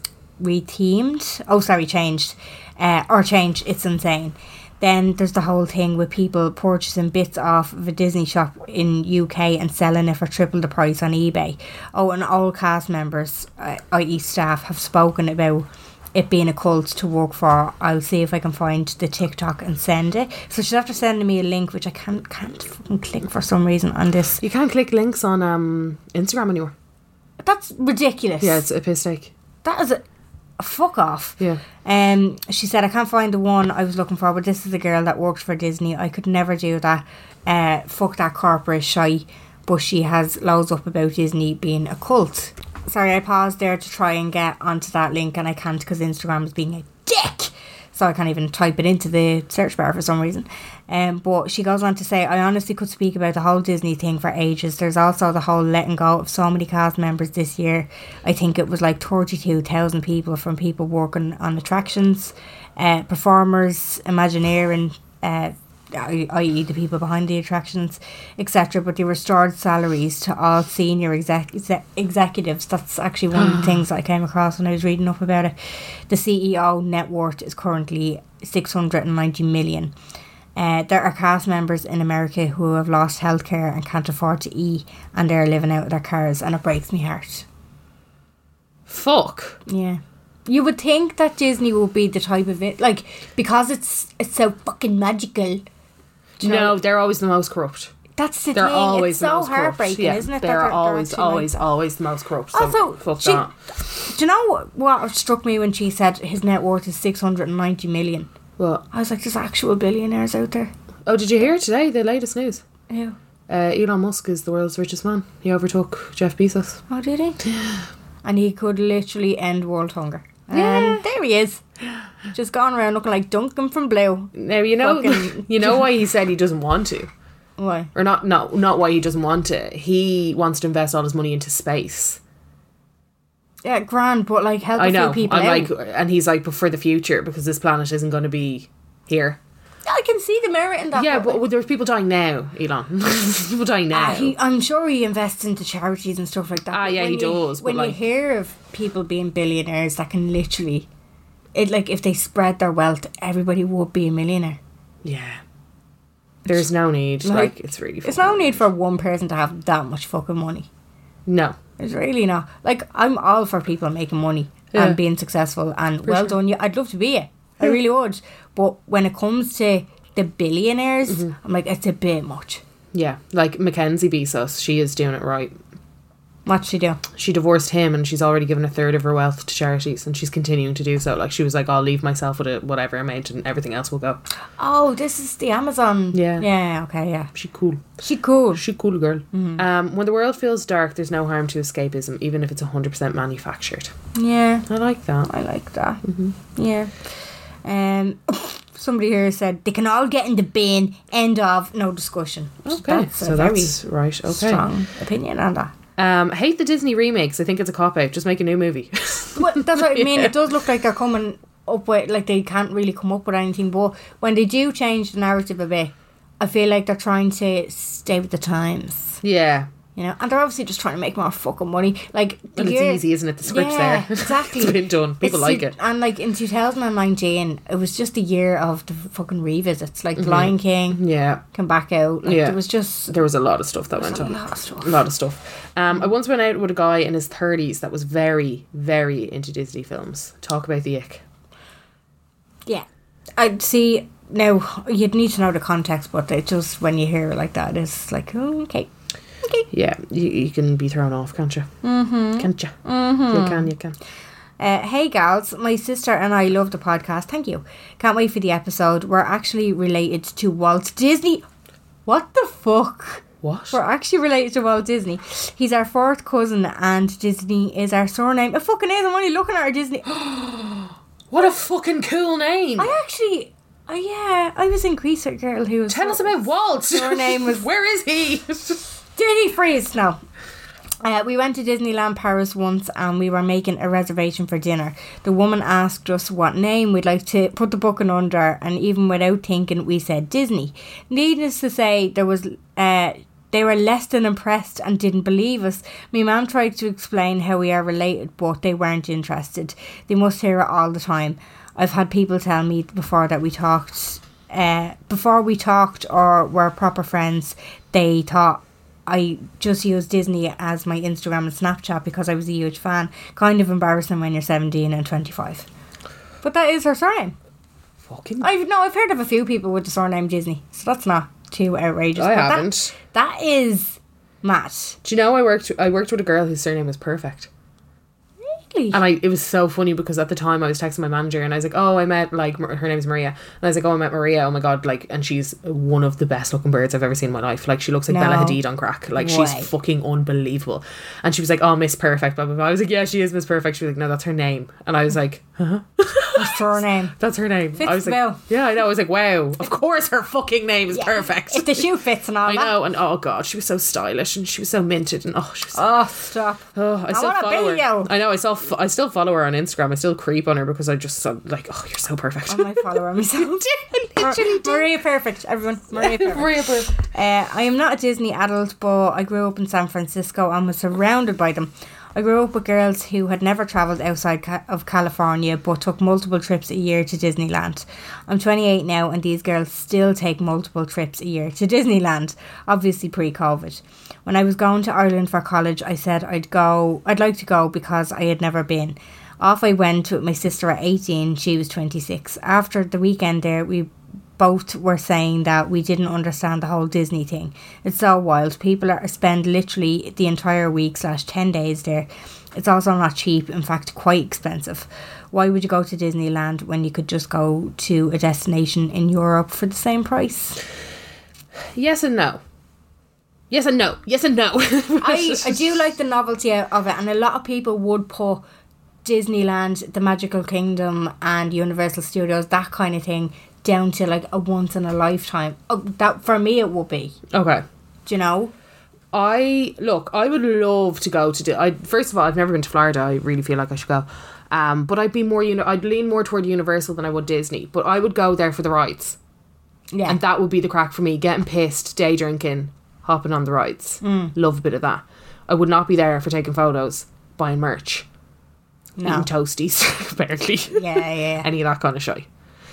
rethemed. Oh, sorry, changed. Uh, or changed. It's insane. Then there's the whole thing with people purchasing bits off of a Disney shop in UK and selling it for triple the price on eBay. Oh, and all cast members, uh, i.e., staff, have spoken about it being a cult to work for. I'll see if I can find the TikTok and send it. So she's after sending me a link, which I can't can't fucking click for some reason on this.
You can't click links on um Instagram anymore.
That's ridiculous.
Yeah, it's a piss take.
that is a fuck off.
Yeah.
Um, she said, I can't find the one I was looking for, but this is the girl that worked for Disney. I could never do that. Uh, fuck that corporate shy. But she has loads up about Disney being a cult. Sorry, I paused there to try and get onto that link, and I can't because Instagram is being a dick so I can't even type it into the search bar for some reason. Um, but she goes on to say, I honestly could speak about the whole Disney thing for ages. There's also the whole letting go of so many cast members this year. I think it was like 32,000 people from people working on attractions, uh, performers, Imagineering, uh, i- i.e. the people behind the attractions, etc. But they restored salaries to all senior exec- exec- executives. That's actually one of the things that I came across when I was reading up about it. The CEO net worth is currently six hundred and ninety million. Uh, there are cast members in America who have lost healthcare and can't afford to eat, and they're living out of their cars, and it breaks me heart.
Fuck.
Yeah. You would think that Disney would be the type of it, like because it's it's so fucking magical.
No, they're always the most corrupt.
That's the
They're
thing.
always
it's
the
so
most corrupt.
heartbreaking,
Yeah,
isn't it? that
They're,
they're
always,
actually like
always,
that?
always the most corrupt. So
Also,
fuck
she-
that.
Do you know what struck me when she said his net worth is six hundred and ninety million?
What?
I was like, there's actual billionaires out there.
Oh, did you hear today the latest news?
Ew.
Uh, Elon Musk is the world's richest man. He overtook Jeff Bezos.
Oh, did
(gasps)
he? and he could literally end world hunger. Yeah. And there he is, (gasps) just going around looking like Duncan from Blue.
Now you know
Fucking-
(laughs) you know why he
(laughs)
said he doesn't want to,
Why?
or not not not why he doesn't want to. He wants to invest all his money into space.
Yeah, grand, but like help a
I know.
few people
I'm
out.
like, and he's like, but for the future because this planet isn't going to be here.
I can see the merit in that.
yeah, but there's people dying now, Elon. (laughs) There's people dying now.
Ah, he, I'm sure he invests into charities and stuff like that.
Ah,
but
yeah,
when
he
you-
does, but
When you
like-
hear of people being billionaires that can literally, it like if they spread their wealth, everybody would be a millionaire.
yeah. There's no need. Like, it's really.
There's
fucking-
no need for one person to have that much fucking money.
no.
There's really not. Like I'm all for people making money
Yeah.
and being successful and well done. You, I'd love to be it. I really would. But when it comes to the billionaires,
Mm-hmm.
I'm like it's a bit much.
Yeah, like Mackenzie Bezos, she is doing it right.
What she do?
She divorced him, and she's already given a third of her wealth to charities, and she's continuing to do so. Like she was like, "I'll leave myself with a whatever amount, and everything else will go."
Oh, this is the Amazon.
Yeah.
Yeah. Okay. Yeah.
She cool.
She cool.
She cool girl.
Mm-hmm.
Um, when the world feels dark, there's no harm to escapism, even if it's hundred percent manufactured.
Yeah.
I like that.
I like that.
Mm-hmm.
Yeah. Um, (laughs) somebody here said they can all get in the bin. End of no discussion.
Okay, so that's right. Okay.
strong opinion on that.
Um, hate the Disney remakes. I think it's a cop out. Just make a new movie.
Well, that's what I mean. It does look like they're coming up with like they can't really come up with anything. But when they do change the narrative a bit, I feel like they're trying to stay with the times,
(laughs) Yeah.
you know, and they're obviously just trying to make more fucking money. Like, the
Well, it's
year-
easy, isn't it? The script's
yeah,
there. (laughs)
Exactly.
it's been done. People
It's
like
two-
it.
And like in 2019, it was just the year of the fucking revisits, like The Lion King
Mm-hmm. Yeah.
come back out. Like,
Yeah.
There was just
There was a lot of stuff that went
a
on.
lot of stuff.
A lot of stuff. Um, I once went out with a guy in his 30s that was very, very into Disney films. Talk about the ick.
Yeah. I'd see. Now, you'd need to know the context, but it just when you hear it like that, it's like, oh, okay.
Yeah, you, you can be thrown off, can't you? Mm-hmm. Can't you? Mm-hmm. You can, you can.
Uh, hey, gals, my sister and I love the podcast. Thank you. Can't wait for the episode. We're actually related to Walt Disney. What the fuck?
What?
We're actually related to Walt Disney. He's our fourth cousin, and Disney is our surname. It fucking is. I'm only looking at our
(gasps)
Disney.
What a fucking cool name!
I actually, oh yeah, I was in Greece with a girl who was.
Tell us about Walt.
Your name was-
(laughs) Where is he?
Disney freeze. No. Uh, we went to Disneyland Paris once and we were making a reservation for dinner. The woman asked us what name we'd like to put the booking under, and even without thinking, we said Disney. Needless to say, there was uh, they were less than impressed and didn't believe us. My mum tried to explain how we are related, but they weren't interested. They must hear it all the time. I've had people tell me before that we talked, uh, before we talked or were proper friends, they thought I just used Disney as my Instagram and Snapchat because I was a huge fan. Kind of embarrassing when you're 17 and 25. But that is her surname.
fucking.
I've no, I've heard of a few people with the surname Disney, so that's not too outrageous. But
I
that-
haven't.
that is mad.
Do you know I worked? I worked with a girl whose surname was Perfect.
Really?
And I, it was so funny because at the time I was texting my manager and I was like, oh, I met like Mar- her name's Maria, and I was like, oh, I met Maria. Oh my god, like, and she's one of the best looking birds I've ever seen in my life. Like, she looks like
No.
Bella Hadid on crack. Like,
Way.
she's fucking unbelievable. And she was like, oh, Miss Perfect, blah blah blah. I was like, yeah, she is Miss Perfect. She was like, no, that's her name. And I was like, huh? (laughs)
Her (laughs) surname.
That's her name. I was like,
Fitzbell.
yeah, I know. I was like, wow, of course her fucking name is (laughs) Perfect.
If the shoe fits and all
(laughs) I
that.
know, and oh god, she was so stylish and she was so minted and oh, she was
Oh, stop.
Oh, I
I
still
want a
follow
video.
her. I know. I still, f- I still follow her on Instagram. I still creep on her because I just so, like, oh, you're so perfect. (laughs)
I'm my follower myself. Mar- Maria Perfect, everyone.
(laughs)
Maria Perfect. Uh, I am not a Disney adult, but I grew up in San Francisco and was surrounded by them. I grew up with girls who had never travelled outside ca- of California but took multiple trips a year to Disneyland. I'm 28 now and these girls still take multiple trips a year to (laughs) Disneyland, obviously pre COVID. When I was going to Ireland for college, I said I'd go, I'd like to go because I had never been. Off I went with my sister at 18, she was 26. After the weekend there, we both were saying that we didn't understand the whole Disney thing. It's so wild. People are spend literally the entire week slash ten days there. It's also not cheap. In fact, quite expensive. Why would you go to Disneyland when you could just go to a destination in Europe for the same price?
yes and no. Yes and no. Yes and no. (laughs)
I, I do like the novelty of it, and a lot of people would put Disneyland, the Magical Kingdom, and Universal Studios, that kind of thing, down to like a once in a lifetime. Oh, that for me it would be.
okay.
Do you know?
I look. I would love to go to. Di- I first of all, I've never been to Florida. I really feel like I should go. Um, but I'd be more. You know, I'd lean more toward Universal than I would Disney. But I would go there for the rides.
Yeah.
and that would be the crack for me getting pissed day drinking hopping on the rides
Mm.
love a bit of that i would not be there for taking photos buying merch eating toasties (laughs) apparently
Yeah,
(laughs)
yeah.
any of that kind of shit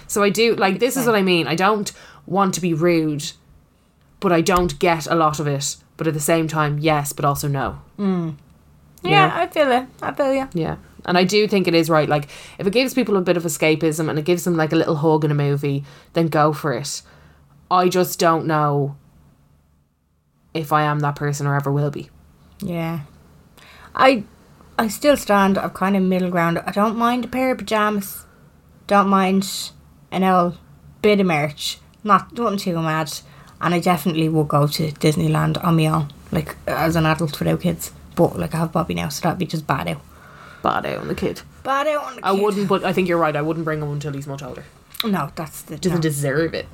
so i do like this is what i mean i don't want to be rude but i don't get a lot of it but at the same time yes but also no
Yeah, I feel it. I feel you.
yeah and i do think it is right like if it gives people a bit of escapism and it gives them like a little hug in a movie then go for it i just don't know if i am that person or ever will be
Yeah. I I still stand I'm kind of middle ground. I don't mind a pair of pajamas. Don't mind an old bit of merch. Not not too mad. And I definitely will go to Disneyland on my own, like as an adult without kids. But like I have Bobby now, so that'd be just bad out.
bad out on the kid
Bad out on the
i
kid.
wouldn't but i think you're right i wouldn't bring him until he's much older
No, that's the.
doesn't
no.
deserve (laughs) it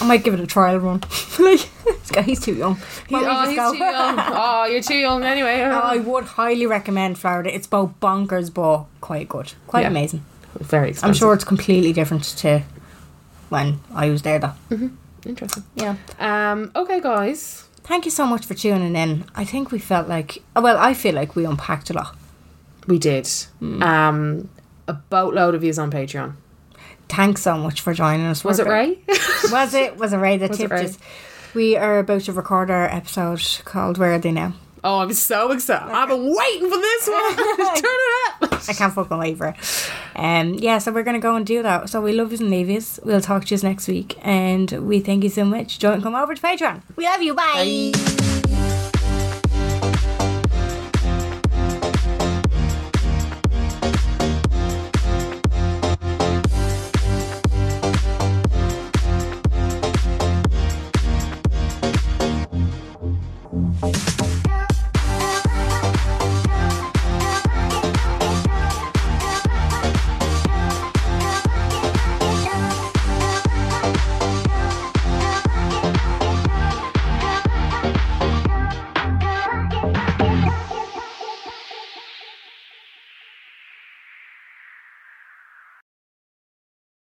I might give it a trial run. (laughs) like this guy, he's too young. Mummy,
oh,
just
he's
go.
too (laughs) young. oh you're too young anyway
No, I would highly recommend Florida. It's both bonkers, but quite good, quite
Yeah.
amazing.
very
I'm
expensive.
sure it's completely different to when I was there, though.
Interesting.
Yeah.
Um, okay, guys.
Thank you so much for tuning in. I think we felt like, well, I feel like we unpacked a lot.
We did. Um, a boatload of views on Patreon.
Thanks so much for joining us.
Was it Ray? (laughs)
Was it? Was it Ray that
Was it
tipped
Ray?
us? We are about to record our episode called Where Are They Now?
oh, I'm so excited. I've been waiting for this one. (laughs) Turn it up.
I can't fucking wait for it. Um, yeah, so we're going to go and do that. So we love yous and leave yous. We'll talk to you next week. And we thank you so much. Don't come over to Patreon. We love you. Bye.